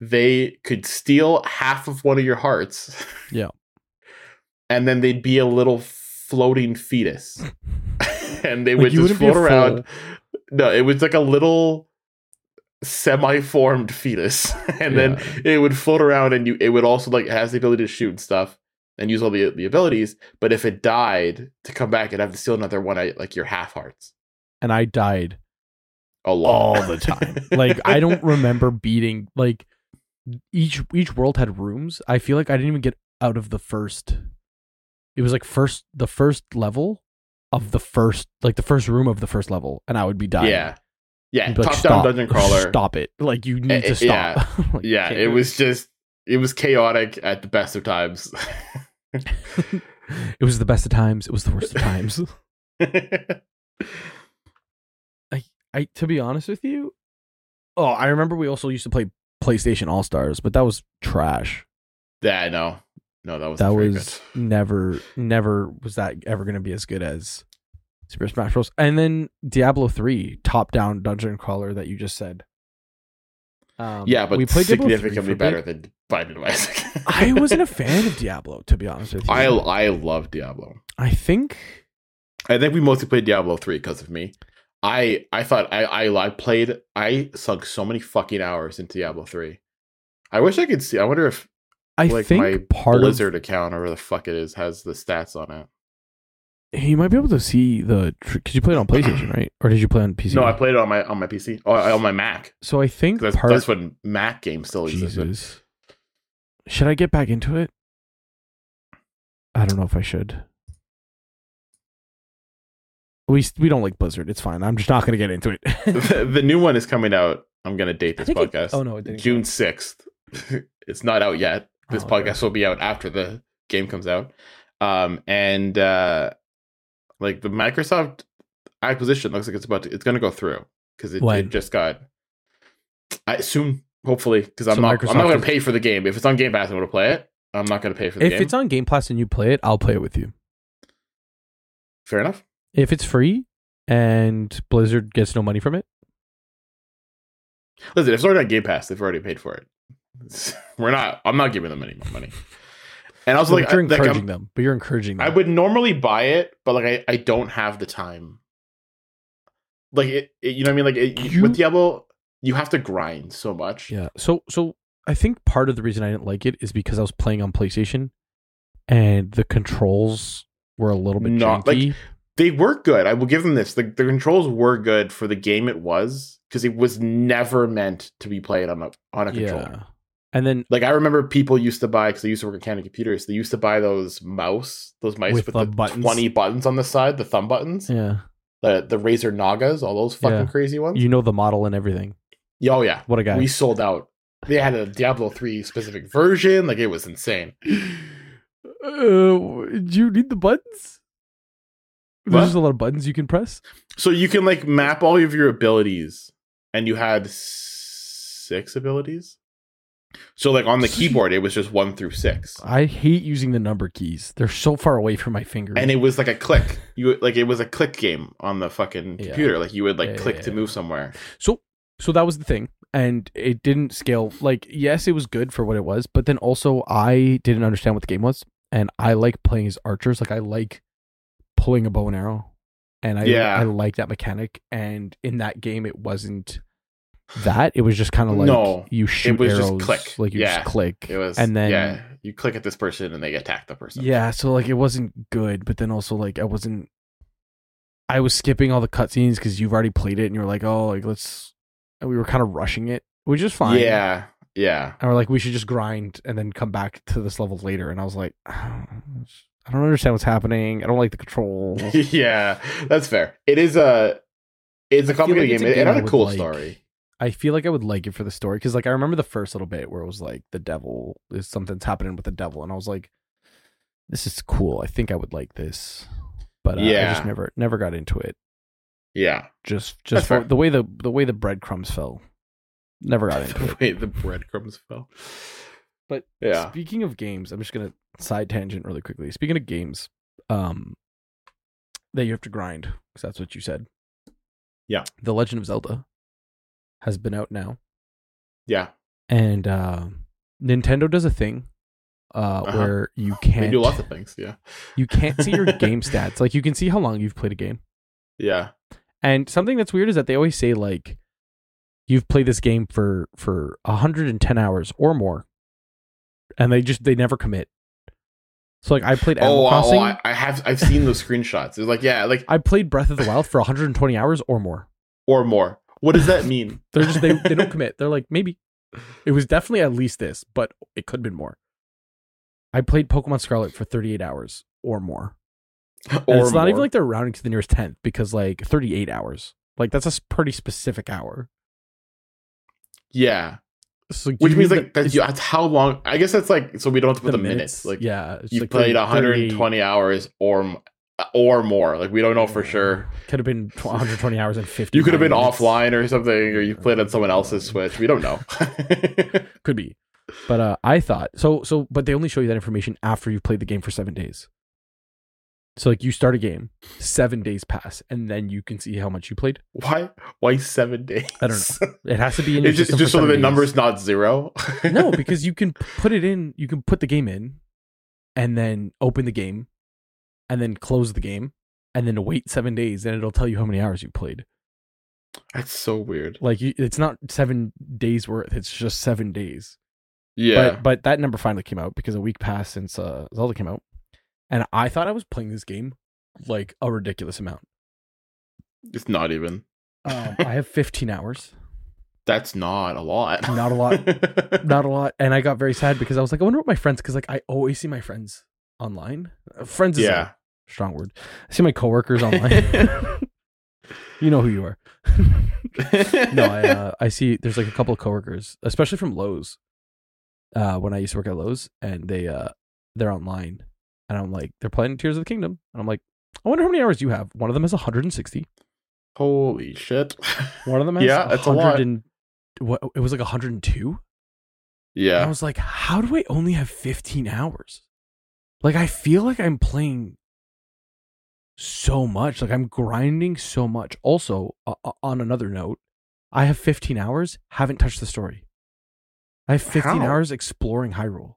[SPEAKER 2] they could steal half of one of your hearts
[SPEAKER 1] Yeah.
[SPEAKER 2] (laughs) and then they'd be a little
[SPEAKER 1] (laughs)
[SPEAKER 2] floating fetus (laughs) and they
[SPEAKER 1] Like,
[SPEAKER 2] would
[SPEAKER 1] you wouldn't
[SPEAKER 2] just
[SPEAKER 1] be a
[SPEAKER 2] float around. No, it was like a little semi-formed fetus, (laughs) and then it would float around, and you it would also like it has the ability to shoot and stuff, and use all the the abilities. But if it died to come back, it'd have to steal another one. I like your half hearts
[SPEAKER 1] and I
[SPEAKER 2] (laughs)
[SPEAKER 1] died
[SPEAKER 2] a lot
[SPEAKER 1] all the time. like I
[SPEAKER 2] (laughs)
[SPEAKER 1] don't remember beating like each each world had rooms. I feel like I didn't even get out of the first. It was like first the first level of the first like the first room of the first level, and I would be dying.
[SPEAKER 2] Yeah, yeah.
[SPEAKER 1] You'd be like,
[SPEAKER 2] Top
[SPEAKER 1] "Stop.
[SPEAKER 2] down dungeon crawler.
[SPEAKER 1] Stop it! Like you need
[SPEAKER 2] Eh,
[SPEAKER 1] to stop. (laughs) Like, you
[SPEAKER 2] Yeah,
[SPEAKER 1] can't
[SPEAKER 2] it
[SPEAKER 1] do
[SPEAKER 2] was just it was chaotic at the best of times. (laughs)
[SPEAKER 1] It was the best of times. It was the
[SPEAKER 2] (laughs)
[SPEAKER 1] worst of times. I to be honest with you, oh, I remember we also used to play PlayStation All Stars, but that was trash.
[SPEAKER 2] yeah, no, no, that was
[SPEAKER 1] that was never never was that ever going to be as good as Super Smash Bros. And then Diablo 3 top down dungeon crawler that you just said. Um,
[SPEAKER 2] Yeah, but
[SPEAKER 1] Diablo 3 for
[SPEAKER 2] significantly
[SPEAKER 1] a bit.
[SPEAKER 2] better than Binding of Isaac.
[SPEAKER 1] I wasn't a
[SPEAKER 2] (laughs)
[SPEAKER 1] fan of Diablo to be honest with you.
[SPEAKER 2] I I love Diablo.
[SPEAKER 1] I think
[SPEAKER 2] I think we mostly played Diablo three because of me. I I thought I I I played I sunk so many fucking hours into Diablo three. I wish I could see. I wonder if
[SPEAKER 1] I
[SPEAKER 2] Like my
[SPEAKER 1] think part
[SPEAKER 2] Blizzard account or whatever the fuck it is has the stats on it.
[SPEAKER 1] of you might be able to see the because you played on
[SPEAKER 2] (clears throat)
[SPEAKER 1] PlayStation, right? Or did you play on PC?
[SPEAKER 2] No, I played it on my on my PC. Oh, I- on my Mac.
[SPEAKER 1] So I think
[SPEAKER 2] That's,
[SPEAKER 1] part
[SPEAKER 2] that's when Mac games still existed.
[SPEAKER 1] Jesus. Should I get back into it? I don't know if I should. We we don't like Blizzard. It's fine. I'm just not going to get
[SPEAKER 2] (laughs)
[SPEAKER 1] into it. (laughs)
[SPEAKER 2] the, (laughs) the new one is coming out. I'm gonna date
[SPEAKER 1] I
[SPEAKER 2] this
[SPEAKER 1] think it-
[SPEAKER 2] podcast.
[SPEAKER 1] oh no, it didn't.
[SPEAKER 2] June sixth. (laughs) it's not out yet. This
[SPEAKER 1] Oh, okay.
[SPEAKER 2] podcast will be out after the game comes out. Um, and uh, like the Microsoft acquisition looks like it's about to, it's going to go through because it,
[SPEAKER 1] When?
[SPEAKER 2] it just got I soon hopefully because I'm
[SPEAKER 1] So
[SPEAKER 2] not I'm
[SPEAKER 1] Microsoft
[SPEAKER 2] not going
[SPEAKER 1] is-
[SPEAKER 2] to pay for the game if it's on Game Pass I'm going to play it. I'm not going to pay for the
[SPEAKER 1] If
[SPEAKER 2] game.
[SPEAKER 1] it's on Game Pass and you play it, I'll play it with you.
[SPEAKER 2] Fair enough.
[SPEAKER 1] If it's free and Blizzard gets no money from it,
[SPEAKER 2] Listen, if it's already on Game Pass, they've already paid for it. (laughs) It's- we're not. I'm not giving them any more money. And also, like, I,
[SPEAKER 1] you're
[SPEAKER 2] like,
[SPEAKER 1] encouraging
[SPEAKER 2] I'm-
[SPEAKER 1] them. But you're encouraging them.
[SPEAKER 2] I would normally buy it, but like I, I don't have the time. Like it, it- you know what I mean? Like it,
[SPEAKER 1] You-
[SPEAKER 2] with Diablo, you have to grind so much.
[SPEAKER 1] Yeah. So so I think part of the reason I didn't like it is because I was playing on PlayStation, and the controls were a little bit
[SPEAKER 2] Not- like,
[SPEAKER 1] janky.
[SPEAKER 2] They were good. I will give them this. The, the controls were good for the game it was because it was never meant to be played on a on a controller.
[SPEAKER 1] yeah. And then
[SPEAKER 2] Like I remember people used to buy because they used to work at Canon Computers. They used to buy those mouse, those mice
[SPEAKER 1] With
[SPEAKER 2] with,
[SPEAKER 1] the
[SPEAKER 2] the,
[SPEAKER 1] buttons.
[SPEAKER 2] twenty buttons on the side, the thumb buttons,
[SPEAKER 1] yeah,
[SPEAKER 2] the the Razer Nagas, all those fucking
[SPEAKER 1] Yeah.
[SPEAKER 2] crazy ones.
[SPEAKER 1] you know the model and everything.
[SPEAKER 2] Yeah, oh yeah,
[SPEAKER 1] What a guy.
[SPEAKER 2] we sold out. They had a Diablo three specific version. Like it was insane.
[SPEAKER 1] Uh, do you need the buttons?
[SPEAKER 2] What?
[SPEAKER 1] There's just a lot of buttons you can press.
[SPEAKER 2] So you can like map all of your abilities, and you had six abilities. So
[SPEAKER 1] (laughs)
[SPEAKER 2] like on the keyboard, it was just one through six,
[SPEAKER 1] I hate using the number keys. They're so far away from my finger.
[SPEAKER 2] and it was like a click. You like it was a click game on the fucking
[SPEAKER 1] Yeah.
[SPEAKER 2] computer. Like you would like
[SPEAKER 1] Yeah,
[SPEAKER 2] click
[SPEAKER 1] yeah,
[SPEAKER 2] to
[SPEAKER 1] yeah.
[SPEAKER 2] move somewhere.
[SPEAKER 1] So so that was the thing. And it didn't scale like yes, it was good for what it was, but then also I didn't understand what the game was. And I like playing as archers. Like I like pulling a bow and arrow. And I
[SPEAKER 2] Yeah.
[SPEAKER 1] I like that mechanic. And in that game it wasn't that. It was just kind of like
[SPEAKER 2] No,
[SPEAKER 1] you shoot
[SPEAKER 2] was just
[SPEAKER 1] arrows.
[SPEAKER 2] click.
[SPEAKER 1] Like you
[SPEAKER 2] Yeah,
[SPEAKER 1] just click.
[SPEAKER 2] It was
[SPEAKER 1] and then
[SPEAKER 2] yeah, you click at this person and they attack the person.
[SPEAKER 1] yeah, so like it wasn't good, but then also like I wasn't. I was skipping all the cutscenes because you've already played it, and you were like, "Oh, like let's." And we were kind of rushing it, which is fine.
[SPEAKER 2] yeah, yeah.
[SPEAKER 1] and we're like, we should just grind and then come back to this level later. And I was like, I don't understand what's happening. I don't like the control.
[SPEAKER 2] (laughs) yeah, that's fair. It is a it's a
[SPEAKER 1] I feel like
[SPEAKER 2] complicated
[SPEAKER 1] it's a
[SPEAKER 2] game. It-
[SPEAKER 1] game
[SPEAKER 2] It
[SPEAKER 1] I
[SPEAKER 2] had a
[SPEAKER 1] would
[SPEAKER 2] cool
[SPEAKER 1] like.
[SPEAKER 2] story.
[SPEAKER 1] I feel like I would like it for the story because, like, I remember the first little bit where it was like the devil is something's happening with the devil, and I was like, this is cool. I think I would like this, but uh, I
[SPEAKER 2] Yeah.
[SPEAKER 1] just never never got into it. (laughs)
[SPEAKER 2] Yeah,
[SPEAKER 1] just
[SPEAKER 2] That's
[SPEAKER 1] just for-
[SPEAKER 2] fair.
[SPEAKER 1] the way the the way the breadcrumbs fell. Never got
[SPEAKER 2] (laughs)
[SPEAKER 1] into
[SPEAKER 2] the
[SPEAKER 1] it.
[SPEAKER 2] way the breadcrumbs fell.
[SPEAKER 1] But
[SPEAKER 2] yeah,
[SPEAKER 1] Speaking of games, I'm just gonna side tangent really quickly. Speaking of games, um, that you have to grind because that's what you said.
[SPEAKER 2] Yeah.
[SPEAKER 1] The Legend of Zelda has been out now,
[SPEAKER 2] yeah.
[SPEAKER 1] and uh, Nintendo does a thing uh,
[SPEAKER 2] Uh-huh.
[SPEAKER 1] where you can't
[SPEAKER 2] They do lots of things. Yeah,
[SPEAKER 1] you can't see your game stats. Like you can see how long you've played a game.
[SPEAKER 2] yeah.
[SPEAKER 1] And something that's weird is that they always say like you've played this game for for 110 hours or more. And they just they never commit. So like I played Animal
[SPEAKER 2] Oh, I-
[SPEAKER 1] Crossing.
[SPEAKER 2] oh I, I have I've seen those screenshots. It's like yeah, like
[SPEAKER 1] I played Breath of the Wild for 120 hours or more.
[SPEAKER 2] or more. What does that mean?
[SPEAKER 1] They're just they they don't commit. They're like maybe it was definitely at least this, but it could have been more. I played Pokemon Scarlet for 38 hours or more. (laughs) And
[SPEAKER 2] or
[SPEAKER 1] it's not even
[SPEAKER 2] more.
[SPEAKER 1] like they're rounding to the nearest tenth because like 38 hours. Like that's a s- pretty specific hour.
[SPEAKER 2] yeah,
[SPEAKER 1] So do
[SPEAKER 2] which
[SPEAKER 1] you
[SPEAKER 2] means
[SPEAKER 1] mean
[SPEAKER 2] like
[SPEAKER 1] that-
[SPEAKER 2] that's, that's how long. I guess that's like so we don't have to put the, minutes. Like
[SPEAKER 1] yeah, it's
[SPEAKER 2] you
[SPEAKER 1] like 30
[SPEAKER 2] played 120 hours or m- or more. Like we don't know for
[SPEAKER 1] Yeah.
[SPEAKER 2] sure.
[SPEAKER 1] Could have been tw- 120 hours and 50.
[SPEAKER 2] You could have been
[SPEAKER 1] minutes.
[SPEAKER 2] offline or something, or you played on someone else's Switch. We don't know.
[SPEAKER 1] Could be, but uh, I thought so. So, but they only show you that information after you've played the game for seven days. So, like, you start a game, seven days pass, and then you can see how much you played.
[SPEAKER 2] (laughs) why? Why seven days?
[SPEAKER 1] I don't
[SPEAKER 2] (laughs) know.
[SPEAKER 1] It has to be in your
[SPEAKER 2] It's just,
[SPEAKER 1] system
[SPEAKER 2] it's just
[SPEAKER 1] for
[SPEAKER 2] so that the
[SPEAKER 1] seven
[SPEAKER 2] number's (laughs)
[SPEAKER 1] days.
[SPEAKER 2] not zero.
[SPEAKER 1] (laughs) no, because you can p- put it in. You can put the game in, and then open the game, and then close the game, and then wait seven days, and it'll tell you how many hours you played.
[SPEAKER 2] (laughs) that's so weird.
[SPEAKER 1] Like you, it's not seven days worth; it's just seven days.
[SPEAKER 2] Yeah,
[SPEAKER 1] But but that number finally came out because a week passed since uh, Zelda came out, and I thought I was playing this game like a ridiculous amount.
[SPEAKER 2] it's not even.
[SPEAKER 1] Um, I have 15 hours,
[SPEAKER 2] That's not a lot.
[SPEAKER 1] Not a
[SPEAKER 2] (laughs) lot.
[SPEAKER 1] not a lot, and I got very sad because I was like, I wonder what my friends, because like I always see my friends online. Uh, Friends is
[SPEAKER 2] yeah.
[SPEAKER 1] a strong word. I see my coworkers online.
[SPEAKER 2] (laughs)
[SPEAKER 1] you know who you are. (laughs)
[SPEAKER 2] (laughs)
[SPEAKER 1] no, I, uh, I see. There's like a couple of coworkers, especially from Lowe's. Uh, when I used to work at Lowe's, and they uh, they're online, and I'm like, they're playing Tears of the Kingdom, and I'm like, I wonder how many hours you have. One of them has 160. (laughs)
[SPEAKER 2] Holy shit.
[SPEAKER 1] One of them has
[SPEAKER 2] Yeah, that's a
[SPEAKER 1] 100
[SPEAKER 2] lot.
[SPEAKER 1] and what? It was like 102. And I
[SPEAKER 2] Yeah.
[SPEAKER 1] was like, how do I only have 15 hours? Like, I feel like I'm playing so much. Like, I'm grinding so much. Also, uh, on another note, I have 15 hours, haven't touched the story. I have 15
[SPEAKER 2] How?
[SPEAKER 1] hours exploring Hyrule.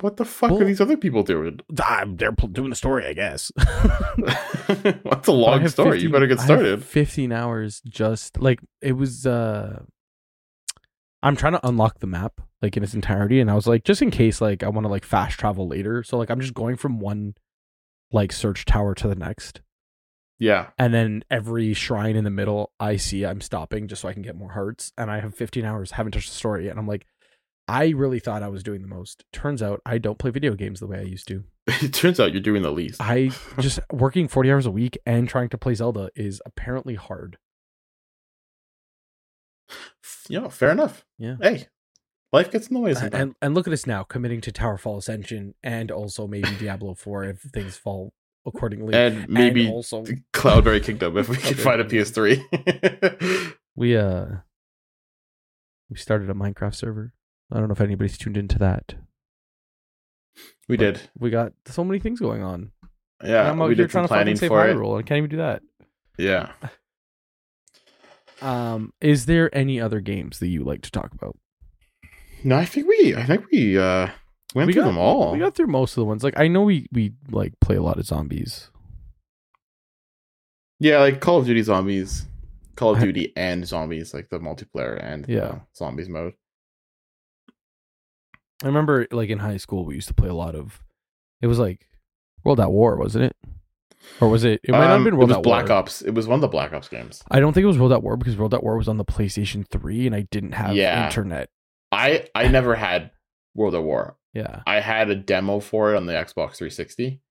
[SPEAKER 2] What the fuck
[SPEAKER 1] Bull-
[SPEAKER 2] are these other people doing? (laughs)
[SPEAKER 3] Ah, they're pl- doing the story, I guess. (laughs)
[SPEAKER 2] That's a
[SPEAKER 1] But I
[SPEAKER 2] long
[SPEAKER 1] have
[SPEAKER 2] story.
[SPEAKER 1] 15
[SPEAKER 2] you better get
[SPEAKER 1] I have
[SPEAKER 2] started.
[SPEAKER 1] 15 hours just like it was, uh, I'm trying to unlock the map like in its entirety, and I was like, just in case, like I want to like fast travel later. So like I'm just going from one like search tower to the next,
[SPEAKER 2] Yeah. (laughs)
[SPEAKER 1] and then every shrine in the middle I see, I'm stopping just so I can get more hearts. And I have 15 hours, haven't touched the story, yet, and I'm like, I really thought I was doing the most. Turns out I don't play video games the way I used to.
[SPEAKER 2] it turns out you're doing the least. (laughs)
[SPEAKER 1] I just working 40 hours a week and trying to play Zelda is apparently hard.
[SPEAKER 2] you know, fair enough.
[SPEAKER 1] Yeah.
[SPEAKER 2] Hey, life gets in the way
[SPEAKER 1] Uh,
[SPEAKER 2] sometimes.
[SPEAKER 1] and and look at us now, committing to Towerfall Ascension and also maybe Diablo Four if things fall accordingly.
[SPEAKER 2] And, maybe
[SPEAKER 1] also
[SPEAKER 2] Cloudberry
[SPEAKER 1] (laughs)
[SPEAKER 2] Kingdom if we can
[SPEAKER 1] Okay.
[SPEAKER 2] find a PS3.
[SPEAKER 1] we uh we started a Minecraft server. I don't know if anybody's tuned into that.
[SPEAKER 2] we did.
[SPEAKER 1] We got so many things going on. And
[SPEAKER 2] Yeah.
[SPEAKER 1] I'm out
[SPEAKER 2] we
[SPEAKER 1] here
[SPEAKER 2] did
[SPEAKER 1] trying
[SPEAKER 2] some
[SPEAKER 1] to fucking
[SPEAKER 2] planning
[SPEAKER 1] save
[SPEAKER 2] for it.
[SPEAKER 1] Hyrule. I can't even do that.
[SPEAKER 2] Yeah.
[SPEAKER 1] Um, is there any other games that you like to talk about?
[SPEAKER 2] No, I think we I think we uh went
[SPEAKER 1] we
[SPEAKER 2] through
[SPEAKER 1] got
[SPEAKER 2] them all.
[SPEAKER 1] We got through most of the ones. Like I know we we like play a lot of zombies.
[SPEAKER 2] yeah, like Call of Duty zombies. Call of
[SPEAKER 1] I-
[SPEAKER 2] Duty and zombies, like the multiplayer and
[SPEAKER 1] Yeah.
[SPEAKER 2] the zombies mode.
[SPEAKER 1] I remember like in high school we used to play a lot of it was like World at War, wasn't it? Or was it it might not have
[SPEAKER 2] Um,
[SPEAKER 1] been World
[SPEAKER 2] it was
[SPEAKER 1] at
[SPEAKER 2] Black
[SPEAKER 1] War.
[SPEAKER 2] Ops. It was one of the Black Ops games.
[SPEAKER 1] I don't think it was World at War because World at War was on the PlayStation 3 and I didn't have
[SPEAKER 2] Yeah.
[SPEAKER 1] internet.
[SPEAKER 2] I I never had World at War.
[SPEAKER 1] Yeah.
[SPEAKER 2] I had a demo for it on the Xbox 360,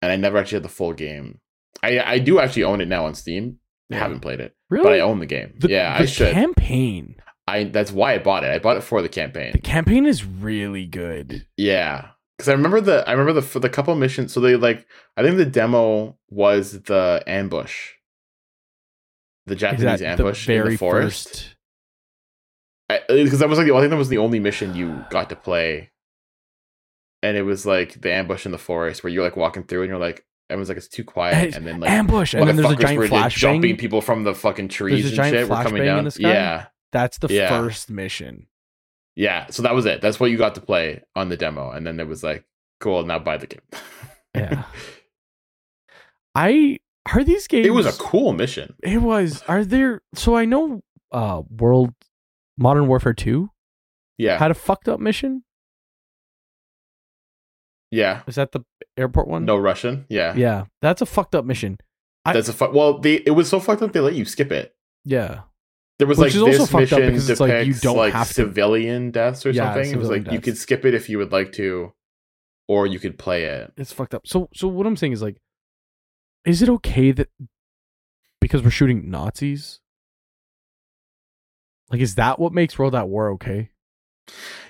[SPEAKER 2] and I never actually had the full game. I I
[SPEAKER 1] Mm.
[SPEAKER 2] do actually own it now on Steam. I haven't played it,
[SPEAKER 1] Really?
[SPEAKER 2] but I own the game.
[SPEAKER 1] the,
[SPEAKER 2] yeah,
[SPEAKER 1] the
[SPEAKER 2] I should.
[SPEAKER 1] campaign.
[SPEAKER 2] I that's why I bought it. I bought it for the campaign.
[SPEAKER 1] The campaign is really good.
[SPEAKER 2] Yeah, because I remember the I remember the for the couple missions. So they like I think the demo was the ambush, the
[SPEAKER 1] Is
[SPEAKER 2] Japanese
[SPEAKER 1] that
[SPEAKER 2] ambush in the forest.
[SPEAKER 1] first-
[SPEAKER 2] Because that was like the, I think that was the only mission you got to play, and it was like the ambush in the forest where you're like walking through and you're like everyone's like it's too quiet,
[SPEAKER 1] It's
[SPEAKER 2] and then like
[SPEAKER 1] ambush and then there's a
[SPEAKER 2] motherfuckers
[SPEAKER 1] giant
[SPEAKER 2] were just jumping
[SPEAKER 1] flashbang.
[SPEAKER 2] people from the fucking trees
[SPEAKER 1] a
[SPEAKER 2] and
[SPEAKER 1] giant
[SPEAKER 2] shit were coming
[SPEAKER 1] flashbang
[SPEAKER 2] down.
[SPEAKER 1] in the sky?
[SPEAKER 2] Yeah,
[SPEAKER 1] That's the
[SPEAKER 2] Yeah.
[SPEAKER 1] first
[SPEAKER 2] (laughs)
[SPEAKER 1] mission.
[SPEAKER 2] yeah. So that was it. That's what you got to play on the demo, and then it was like cool. Now buy the game. (laughs)
[SPEAKER 1] Yeah. I are these games
[SPEAKER 2] It was a cool mission.
[SPEAKER 1] It was. Are there? So I know. Uh, World Modern Warfare Two
[SPEAKER 2] Yeah.
[SPEAKER 1] had a fucked up mission.
[SPEAKER 2] yeah.
[SPEAKER 1] Is that the airport one?
[SPEAKER 2] No Russian. Yeah.
[SPEAKER 1] Yeah, that's a fucked up mission. I-
[SPEAKER 2] That's a fu- well, they it was so fucked up they let you skip it.
[SPEAKER 1] Yeah,
[SPEAKER 2] There was
[SPEAKER 1] Which
[SPEAKER 2] like
[SPEAKER 1] is also
[SPEAKER 2] this
[SPEAKER 1] fucked up
[SPEAKER 2] mission
[SPEAKER 1] because it's like,
[SPEAKER 2] depicts
[SPEAKER 1] you don't
[SPEAKER 2] like,
[SPEAKER 1] have to-
[SPEAKER 2] civilian deaths or
[SPEAKER 1] Yeah,
[SPEAKER 2] something. It was
[SPEAKER 1] civilian
[SPEAKER 2] like you
[SPEAKER 1] deaths.
[SPEAKER 2] could skip it if you would like to, or you could play it.
[SPEAKER 1] it's fucked up. So, so what I'm saying is like, is it okay that because we're shooting Nazis? Like, is that what makes World at War okay?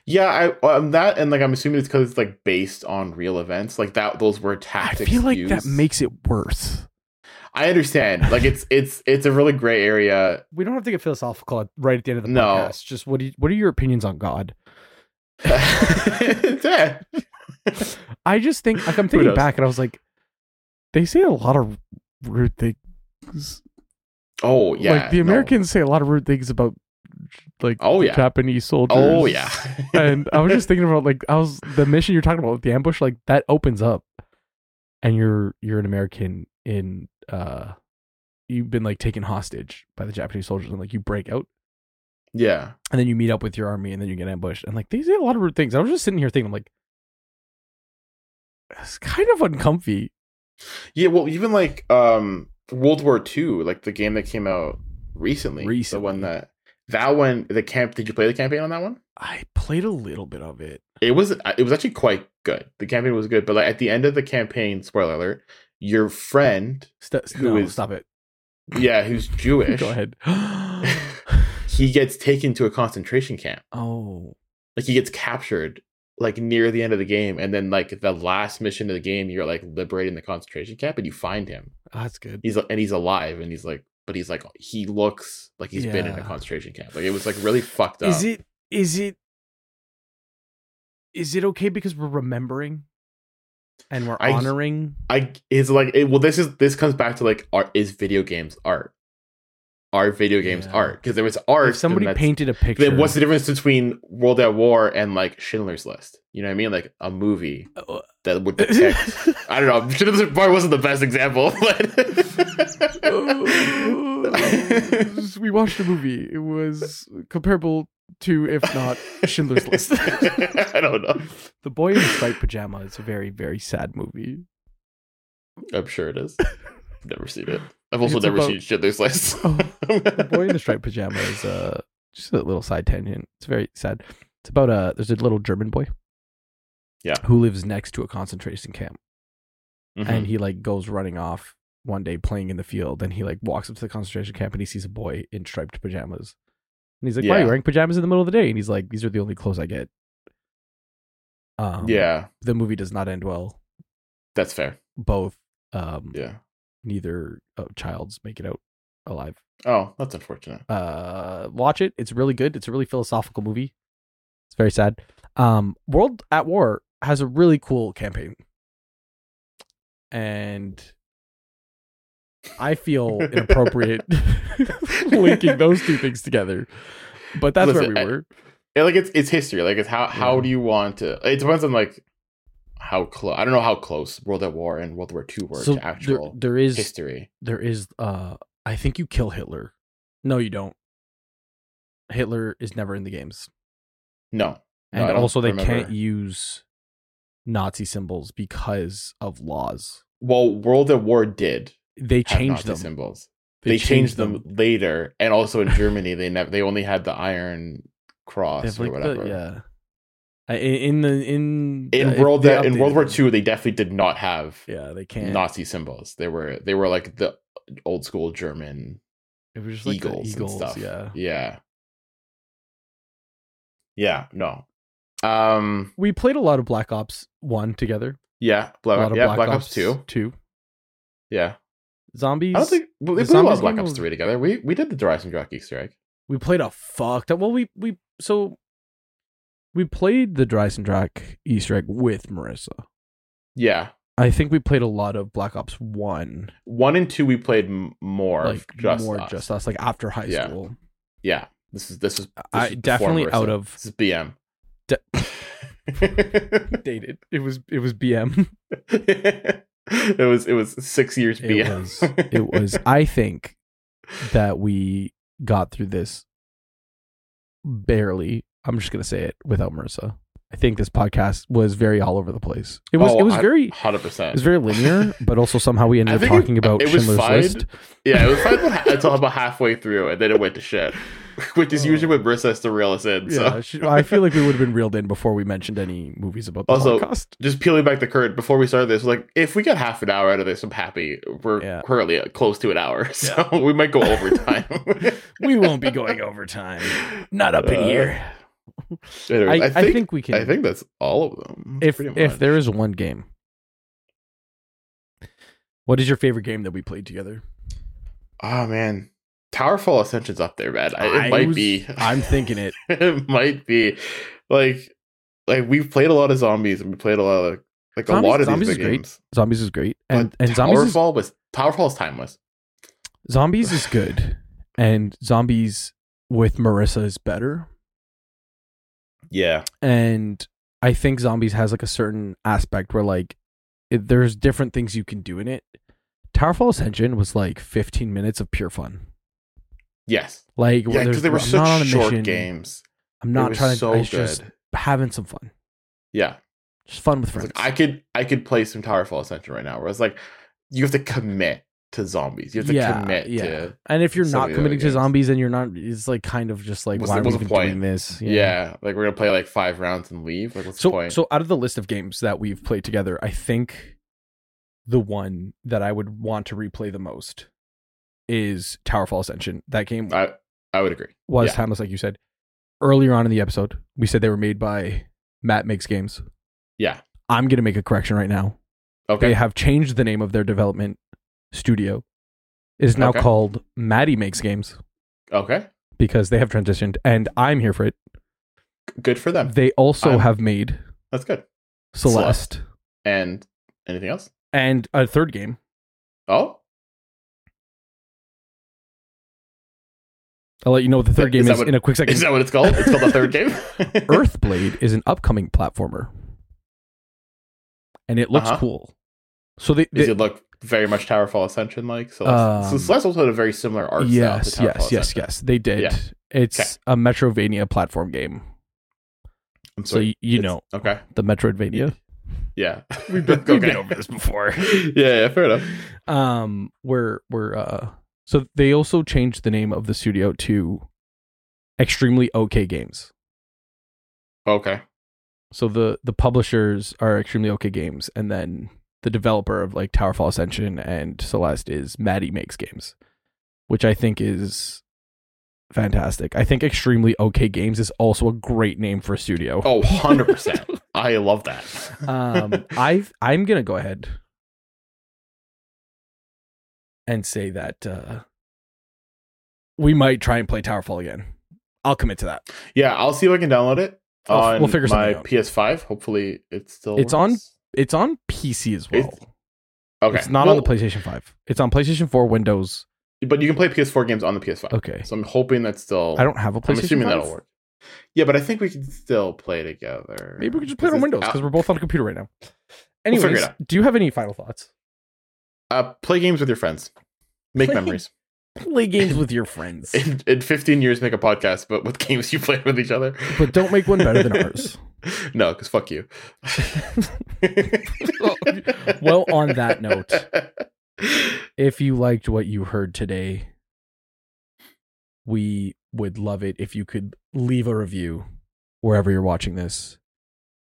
[SPEAKER 2] Yeah, I um, that and like I'm assuming it's because it's like based on real events. Like that, those were
[SPEAKER 1] I
[SPEAKER 2] tactics.
[SPEAKER 1] feel like that
[SPEAKER 2] used.
[SPEAKER 1] makes it worse.
[SPEAKER 2] I understand. Like it's it's it's a really
[SPEAKER 1] (laughs)
[SPEAKER 2] gray area. (laughs)
[SPEAKER 1] We don't have to get philosophical at- right at the end of the
[SPEAKER 2] No.
[SPEAKER 1] podcast. Just what do you, what are your opinions on God?
[SPEAKER 2] yeah.
[SPEAKER 1] I just think like I'm
[SPEAKER 2] Who
[SPEAKER 1] thinking
[SPEAKER 2] knows?
[SPEAKER 1] back and I was like, they say a lot of rude things.
[SPEAKER 2] Oh yeah.
[SPEAKER 1] like the
[SPEAKER 2] no.
[SPEAKER 1] Americans say a lot of rude things about like
[SPEAKER 2] Oh, yeah.
[SPEAKER 1] Japanese soldiers.
[SPEAKER 2] Oh yeah.
[SPEAKER 1] (laughs)
[SPEAKER 2] (laughs)
[SPEAKER 1] and I was just thinking about like I was the mission you're talking about with the ambush, like that opens up and you're you're an American in uh you've been like taken hostage by the Japanese soldiers and like you break out
[SPEAKER 2] yeah.
[SPEAKER 1] and then you meet up with your army and then you get ambushed and like they say a lot of rude things. I was just sitting here thinking I'm like it's kind of uncomfy.
[SPEAKER 2] Yeah, well, even like um World War II, like the game that came out recently,
[SPEAKER 1] Recently.
[SPEAKER 2] the one that that one, the camp. Did you play the campaign on that one?
[SPEAKER 1] I played a little bit of it.
[SPEAKER 2] It was uh, it was actually quite good. The campaign was good, but like at the end of the campaign, spoiler alert, your friend,
[SPEAKER 1] St-
[SPEAKER 2] Who
[SPEAKER 1] no,
[SPEAKER 2] is-
[SPEAKER 1] stop it.
[SPEAKER 2] yeah, who's
[SPEAKER 1] (laughs)
[SPEAKER 2] Jewish,
[SPEAKER 1] Go ahead.
[SPEAKER 2] (laughs)
[SPEAKER 1] (gasps)
[SPEAKER 2] he gets taken to a concentration camp.
[SPEAKER 1] oh,
[SPEAKER 2] Like he gets captured like near the end of the game, and then like the last mission of the game, you're like liberating the concentration camp, and you find him.
[SPEAKER 1] that's good.
[SPEAKER 2] he's and he's alive and he's like but he's like he looks like he's been in a
[SPEAKER 1] Yeah.
[SPEAKER 2] concentration camp like it was like really fucked up
[SPEAKER 1] Is it? Is it? Is it okay because we're remembering and we're
[SPEAKER 2] I-
[SPEAKER 1] honoring?
[SPEAKER 2] i it's like it, well this is this comes back to like art is video games art are video games
[SPEAKER 1] Yeah.
[SPEAKER 2] art because there was art
[SPEAKER 1] if somebody
[SPEAKER 2] then that's-
[SPEAKER 1] painted a picture,
[SPEAKER 2] then what's the difference between world at war and like schindler's list you know what i mean like a movie
[SPEAKER 1] Uh,
[SPEAKER 2] that
[SPEAKER 1] (laughs)
[SPEAKER 2] would (laughs) depict i don't know schindler's List probably wasn't the best example but (laughs)
[SPEAKER 1] was- we watched a movie. It was comparable to, if not, Schindler's List.
[SPEAKER 2] (laughs) I don't know.
[SPEAKER 1] The Boy in the Striped Pajama is a very, very sad movie.
[SPEAKER 2] I'm sure
[SPEAKER 1] (laughs)
[SPEAKER 2] it is. Never seen it. I've also
[SPEAKER 1] It's
[SPEAKER 2] never
[SPEAKER 1] about-
[SPEAKER 2] seen Schindler's List.
[SPEAKER 1] (laughs) Oh, The Boy in the
[SPEAKER 2] (laughs)
[SPEAKER 1] Striped Pajama is uh, just a little side tangent. It's very sad. It's about a there's a little German boy,
[SPEAKER 2] Yeah.
[SPEAKER 1] who lives next to a concentration camp,
[SPEAKER 2] Mhm.
[SPEAKER 1] and he like goes running off one day playing in the field, and he like walks up to the concentration camp and he sees a boy in striped pajamas, and he's like, "Why are
[SPEAKER 2] Yeah.
[SPEAKER 1] you wearing pajamas in the middle of the day?" And he's like, "These are the only clothes I get." Um,
[SPEAKER 2] yeah,
[SPEAKER 1] the movie does not end well.
[SPEAKER 2] that's fair.
[SPEAKER 1] Both, um,
[SPEAKER 2] Yeah.
[SPEAKER 1] neither uh, child's make it out alive.
[SPEAKER 2] Oh, that's unfortunate.
[SPEAKER 1] uh watch it it's really good it's a really philosophical movie it's very sad um world at war has a really cool campaign and i feel
[SPEAKER 2] (laughs)
[SPEAKER 1] inappropriate (laughs) linking those two things together but that's
[SPEAKER 2] Listen,
[SPEAKER 1] where
[SPEAKER 2] I-
[SPEAKER 1] we were
[SPEAKER 2] Yeah, like it's it's history. Like it's how how
[SPEAKER 1] Yeah.
[SPEAKER 2] do you want to? It depends on like how close. I don't know how close World at War and World War Two were
[SPEAKER 1] so
[SPEAKER 2] to
[SPEAKER 1] there-
[SPEAKER 2] actual
[SPEAKER 1] there is
[SPEAKER 2] history.
[SPEAKER 1] there is uh i think you kill hitler no you don't hitler is never in the games
[SPEAKER 2] No, No, I
[SPEAKER 1] and
[SPEAKER 2] don't
[SPEAKER 1] also they can't
[SPEAKER 2] remember.
[SPEAKER 1] use nazi symbols because of laws
[SPEAKER 2] well, World at War did
[SPEAKER 1] they
[SPEAKER 2] have
[SPEAKER 1] changed
[SPEAKER 2] Nazi
[SPEAKER 1] them
[SPEAKER 2] symbols. They, changed them, later, and also in Germany they never they only had the Iron
[SPEAKER 1] They have,
[SPEAKER 2] Cross or
[SPEAKER 1] like, the-
[SPEAKER 2] whatever.
[SPEAKER 1] yeah I- i- in the in
[SPEAKER 2] In
[SPEAKER 1] uh, if
[SPEAKER 2] World
[SPEAKER 1] they
[SPEAKER 2] that in World
[SPEAKER 1] updated
[SPEAKER 2] War
[SPEAKER 1] them.
[SPEAKER 2] Two they definitely did not have
[SPEAKER 1] yeah they can't
[SPEAKER 2] Nazi symbols. They were they were like the old school German
[SPEAKER 1] it was just like
[SPEAKER 2] eagles,
[SPEAKER 1] the eagles
[SPEAKER 2] and stuff.
[SPEAKER 1] yeah
[SPEAKER 2] yeah, yeah. No, um,
[SPEAKER 1] we played a lot of black ops 1 together
[SPEAKER 2] yeah,
[SPEAKER 1] a
[SPEAKER 2] Black,
[SPEAKER 1] lot of
[SPEAKER 2] Uh, yeah, Black, Ops, Two,
[SPEAKER 1] 2
[SPEAKER 2] yeah.
[SPEAKER 1] zombies
[SPEAKER 2] I don't think we
[SPEAKER 1] the
[SPEAKER 2] we played a lot
[SPEAKER 1] zombies
[SPEAKER 2] of Black
[SPEAKER 1] game
[SPEAKER 2] Ops
[SPEAKER 1] was-
[SPEAKER 2] Three together. We we did the Darius and Jock Easter egg.
[SPEAKER 1] we played a fucked up well we we so we played the Dreisendrak Easter egg with Marissa.
[SPEAKER 2] Yeah,
[SPEAKER 1] I think we played a lot of Black Ops One,
[SPEAKER 2] one and two we played m- more,
[SPEAKER 1] like
[SPEAKER 2] just
[SPEAKER 1] more
[SPEAKER 2] us.
[SPEAKER 1] just us, like after high
[SPEAKER 2] Yeah.
[SPEAKER 1] school.
[SPEAKER 2] yeah. This is this is this
[SPEAKER 1] I
[SPEAKER 2] is before
[SPEAKER 1] definitely
[SPEAKER 2] Marissa.
[SPEAKER 1] out of
[SPEAKER 2] this is BM.
[SPEAKER 1] De- (laughs)
[SPEAKER 2] (laughs)
[SPEAKER 1] dated. It was it was BM.
[SPEAKER 2] it was it was six years
[SPEAKER 1] It
[SPEAKER 2] BM.
[SPEAKER 1] was
[SPEAKER 2] (laughs)
[SPEAKER 1] it was. I think that we got through this barely. I'm just gonna say it without Marissa. I think this podcast was very all over the place. It was
[SPEAKER 2] Oh,
[SPEAKER 1] it was
[SPEAKER 2] I- (laughs)
[SPEAKER 1] very it
[SPEAKER 2] hundred percent.
[SPEAKER 1] was very linear, but also somehow we
[SPEAKER 2] I
[SPEAKER 1] ended up
[SPEAKER 2] think it-
[SPEAKER 1] talking about
[SPEAKER 2] it was
[SPEAKER 1] Schindler's
[SPEAKER 2] fine. (laughs)
[SPEAKER 1] List.
[SPEAKER 2] Yeah, it was fine about ha- until about halfway through, and then it went to shit. (laughs) Which is
[SPEAKER 1] Oh.
[SPEAKER 2] usually when Briss has to reel us in. So
[SPEAKER 1] Yeah, sh- I feel like we would have been reeled in before we mentioned any movies about the
[SPEAKER 2] Also,
[SPEAKER 1] Holocaust.
[SPEAKER 2] just peeling back the curtain before we started this, like if we get half an hour out of this, I'm happy. We're
[SPEAKER 1] Yeah.
[SPEAKER 2] currently at close to an hour, (laughs) so we might go overtime.
[SPEAKER 1] (laughs) We won't be
[SPEAKER 2] (laughs)
[SPEAKER 1] going (laughs) overtime. Not up in
[SPEAKER 2] Uh,
[SPEAKER 1] here. I,
[SPEAKER 2] Anyways,
[SPEAKER 1] I think, we can.
[SPEAKER 2] I think that's all of them.
[SPEAKER 1] if
[SPEAKER 2] pretty
[SPEAKER 1] if
[SPEAKER 2] much.
[SPEAKER 1] there is one game, what is your favorite game that we played together?
[SPEAKER 2] oh man, Towerfall Ascension's up there, man. I, it
[SPEAKER 1] I
[SPEAKER 2] might
[SPEAKER 1] was-
[SPEAKER 2] be.
[SPEAKER 1] I'm
[SPEAKER 2] (laughs)
[SPEAKER 1] thinking it.
[SPEAKER 2] it might be like like we've played a lot of zombies and we played a lot of like
[SPEAKER 1] Zombies-
[SPEAKER 2] a lot of
[SPEAKER 1] zombies
[SPEAKER 2] these
[SPEAKER 1] is great.
[SPEAKER 2] games.
[SPEAKER 1] Zombies is great, and
[SPEAKER 2] but
[SPEAKER 1] and zombies is,
[SPEAKER 2] Towerfall was Towerfall is timeless.
[SPEAKER 1] zombies is good, and zombies with Marissa is better.
[SPEAKER 2] Yeah,
[SPEAKER 1] And I think zombies has like a certain aspect where like it, there's different things you can do in it. Towerfall Ascension was like 15 minutes of pure fun.
[SPEAKER 2] yes,
[SPEAKER 1] Like
[SPEAKER 2] yeah,
[SPEAKER 1] where
[SPEAKER 2] because
[SPEAKER 1] there's-
[SPEAKER 2] they
[SPEAKER 1] I'm
[SPEAKER 2] were
[SPEAKER 1] not on a
[SPEAKER 2] such short
[SPEAKER 1] mission.
[SPEAKER 2] games.
[SPEAKER 1] I'm
[SPEAKER 2] It
[SPEAKER 1] not
[SPEAKER 2] was
[SPEAKER 1] trying to.
[SPEAKER 2] so
[SPEAKER 1] it's just
[SPEAKER 2] good.
[SPEAKER 1] having some fun,
[SPEAKER 2] Yeah,
[SPEAKER 1] just fun with
[SPEAKER 2] It's
[SPEAKER 1] friends.
[SPEAKER 2] like, I could I could play some Towerfall Ascension right now. Where it's like you have to commit to zombies. You have to commit to
[SPEAKER 1] and if you're
[SPEAKER 2] some of
[SPEAKER 1] not
[SPEAKER 2] the other
[SPEAKER 1] committing to
[SPEAKER 2] games.
[SPEAKER 1] zombies and you're not, it's like kind of just like
[SPEAKER 2] What's
[SPEAKER 1] why
[SPEAKER 2] the-
[SPEAKER 1] are we
[SPEAKER 2] what's
[SPEAKER 1] even
[SPEAKER 2] the point?
[SPEAKER 1] doing this?
[SPEAKER 2] yeah. Like we're gonna play like five rounds and leave. Like what's the
[SPEAKER 1] So
[SPEAKER 2] point?
[SPEAKER 1] so out of the list of games that we've played together, I think the one that I would want to replay the most is Towerfall Ascension. That game
[SPEAKER 2] I I would agree.
[SPEAKER 1] was
[SPEAKER 2] Uh, yeah.
[SPEAKER 1] timeless, like you said earlier on in the episode. We said they were made by Matt Makes Games.
[SPEAKER 2] Yeah.
[SPEAKER 1] I'm gonna make a correction right now.
[SPEAKER 2] Okay.
[SPEAKER 1] They have changed the name of their development studio. It is now
[SPEAKER 2] Okay.
[SPEAKER 1] called Maddie Makes Games
[SPEAKER 2] Okay.
[SPEAKER 1] because they have transitioned, and I'm here for it.
[SPEAKER 2] Good for them.
[SPEAKER 1] They also
[SPEAKER 2] I'm-
[SPEAKER 1] have made
[SPEAKER 2] That's good.
[SPEAKER 1] Celeste,
[SPEAKER 2] And anything else?
[SPEAKER 1] and a third game.
[SPEAKER 2] Oh,
[SPEAKER 1] I'll let you know what the third
[SPEAKER 2] Is
[SPEAKER 1] game
[SPEAKER 2] that
[SPEAKER 1] is
[SPEAKER 2] what-
[SPEAKER 1] in a quick second.
[SPEAKER 2] is that what it's called? It's called
[SPEAKER 1] (laughs)
[SPEAKER 2] the third game. (laughs)
[SPEAKER 1] Earthblade is an upcoming platformer, and it looks
[SPEAKER 2] Uh-huh.
[SPEAKER 1] cool. So they,
[SPEAKER 2] Does
[SPEAKER 1] they-
[SPEAKER 2] it look very much Towerfall Ascension like. So Celest-
[SPEAKER 1] Um,
[SPEAKER 2] so Celestial's had a very similar art
[SPEAKER 1] yes,
[SPEAKER 2] style. to Towerfall
[SPEAKER 1] yes, yes,
[SPEAKER 2] Ascension.
[SPEAKER 1] yes. They did.
[SPEAKER 2] Yeah.
[SPEAKER 1] It's
[SPEAKER 2] Okay.
[SPEAKER 1] a Metrovania platform game.
[SPEAKER 2] I'm
[SPEAKER 1] So
[SPEAKER 2] sorry.
[SPEAKER 1] you, you
[SPEAKER 2] It's-
[SPEAKER 1] know
[SPEAKER 2] Okay.
[SPEAKER 1] the
[SPEAKER 2] (laughs)
[SPEAKER 1] Metroidvania.
[SPEAKER 2] Yeah.
[SPEAKER 1] We've
[SPEAKER 2] (laughs)
[SPEAKER 1] been, we've been
[SPEAKER 2] Okay.
[SPEAKER 1] over this before.
[SPEAKER 2] yeah, yeah, fair enough.
[SPEAKER 1] (laughs) um, where where uh, so they also changed the name of the studio to Extremely OK Games.
[SPEAKER 2] Okay.
[SPEAKER 1] So the the publishers are Extremely OK Games, and then the developer of like Towerfall Ascension and Celeste is Maddie Makes Games, which I think is fantastic. I think Extremely OK Games is also a great name for a studio. (laughs)
[SPEAKER 2] Oh, 100%. I love that. (laughs)
[SPEAKER 1] um i i'm gonna go ahead and say that uh we might try and play towerfall again i'll commit to that
[SPEAKER 2] yeah, I'll see if I can download it
[SPEAKER 1] I'll f-
[SPEAKER 2] on
[SPEAKER 1] Oh, we'll figure
[SPEAKER 2] my
[SPEAKER 1] something out.
[SPEAKER 2] PS5. Hopefully, it's still
[SPEAKER 1] It's on-
[SPEAKER 2] works.
[SPEAKER 1] it's on pc as well
[SPEAKER 2] It's- Okay,
[SPEAKER 1] it's not on the
[SPEAKER 2] Well,
[SPEAKER 1] playstation 5 it's on playstation 4 windows
[SPEAKER 2] but you can play PS4 games on the PS5.
[SPEAKER 1] okay
[SPEAKER 2] So I'm hoping that's still.
[SPEAKER 1] i don't have a playstation
[SPEAKER 2] I'm assuming
[SPEAKER 1] 5.
[SPEAKER 2] that'll work. Yeah, but I think we can still play together.
[SPEAKER 1] maybe we could just play it on
[SPEAKER 2] Because
[SPEAKER 1] windows
[SPEAKER 2] it's-
[SPEAKER 1] because we're both on a computer right now
[SPEAKER 2] figure
[SPEAKER 1] anyways
[SPEAKER 2] it
[SPEAKER 1] do you have any final
[SPEAKER 2] (laughs)
[SPEAKER 1] thoughts
[SPEAKER 2] Uh, play games with your friends. Make
[SPEAKER 1] Play-
[SPEAKER 2] memories.
[SPEAKER 1] play games with your
[SPEAKER 2] (laughs)
[SPEAKER 1] friends
[SPEAKER 2] In, in 15 years, make a podcast, but with (laughs) games you play with each other.
[SPEAKER 1] but don't make one better than ours
[SPEAKER 2] (laughs) No, because
[SPEAKER 1] (laughs)
[SPEAKER 2] fuck you.
[SPEAKER 1] well, on that
[SPEAKER 2] (laughs)
[SPEAKER 1] note, if you liked what you heard today, we would love it if you could leave a review wherever you're watching this.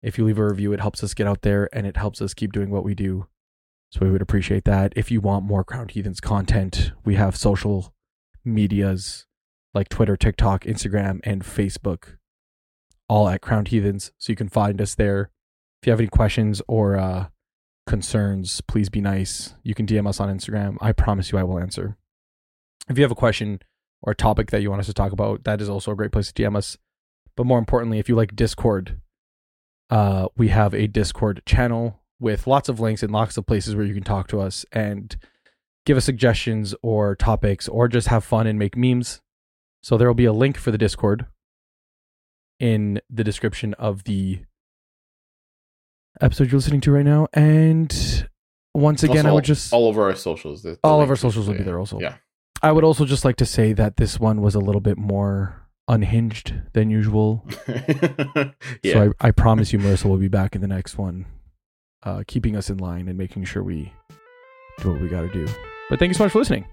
[SPEAKER 1] If you leave a review, it helps us get out there and it helps us keep doing what we do. So we would appreciate that. If you want more Crown Heathens content, we have social medias like Twitter, TikTok, Instagram, and Facebook, all at Crown Heathens. So you can find us there. If you have any questions or uh, concerns, please be nice. You can DM us on Instagram. I promise you I will answer. If you have a question or a topic that you want us to talk about, that is also a great place to DM us. But more importantly, if you like Discord, uh, we have a Discord channel with lots of links and lots of places where you can talk to us and give us suggestions or topics or just have fun and make memes. So there will be a link for the Discord in the description of the episode you're listening to right now. And once again,
[SPEAKER 2] Also,
[SPEAKER 1] I would just
[SPEAKER 2] all over our socials. the- the
[SPEAKER 1] all of our
[SPEAKER 2] links
[SPEAKER 1] socials will be
[SPEAKER 2] yeah.
[SPEAKER 1] there also.
[SPEAKER 2] Yeah. (laughs)
[SPEAKER 1] I would also just like to say that this one was a little bit more unhinged than usual.
[SPEAKER 2] yeah.
[SPEAKER 1] So I, I promise you, Marissa will be back in the next one, uh, keeping us in line and making sure we do what we got to do. But thank you so much for listening.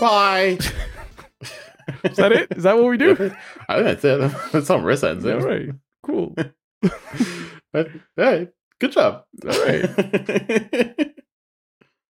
[SPEAKER 2] Bye.
[SPEAKER 1] (laughs) Is that it? Is that what we
[SPEAKER 2] (laughs) I
[SPEAKER 1] do?
[SPEAKER 2] think that's it. (laughs) That's how Marissa ends it.
[SPEAKER 1] All right. Cool.
[SPEAKER 2] (laughs) but, hey, good job.
[SPEAKER 1] All
[SPEAKER 2] (laughs) right.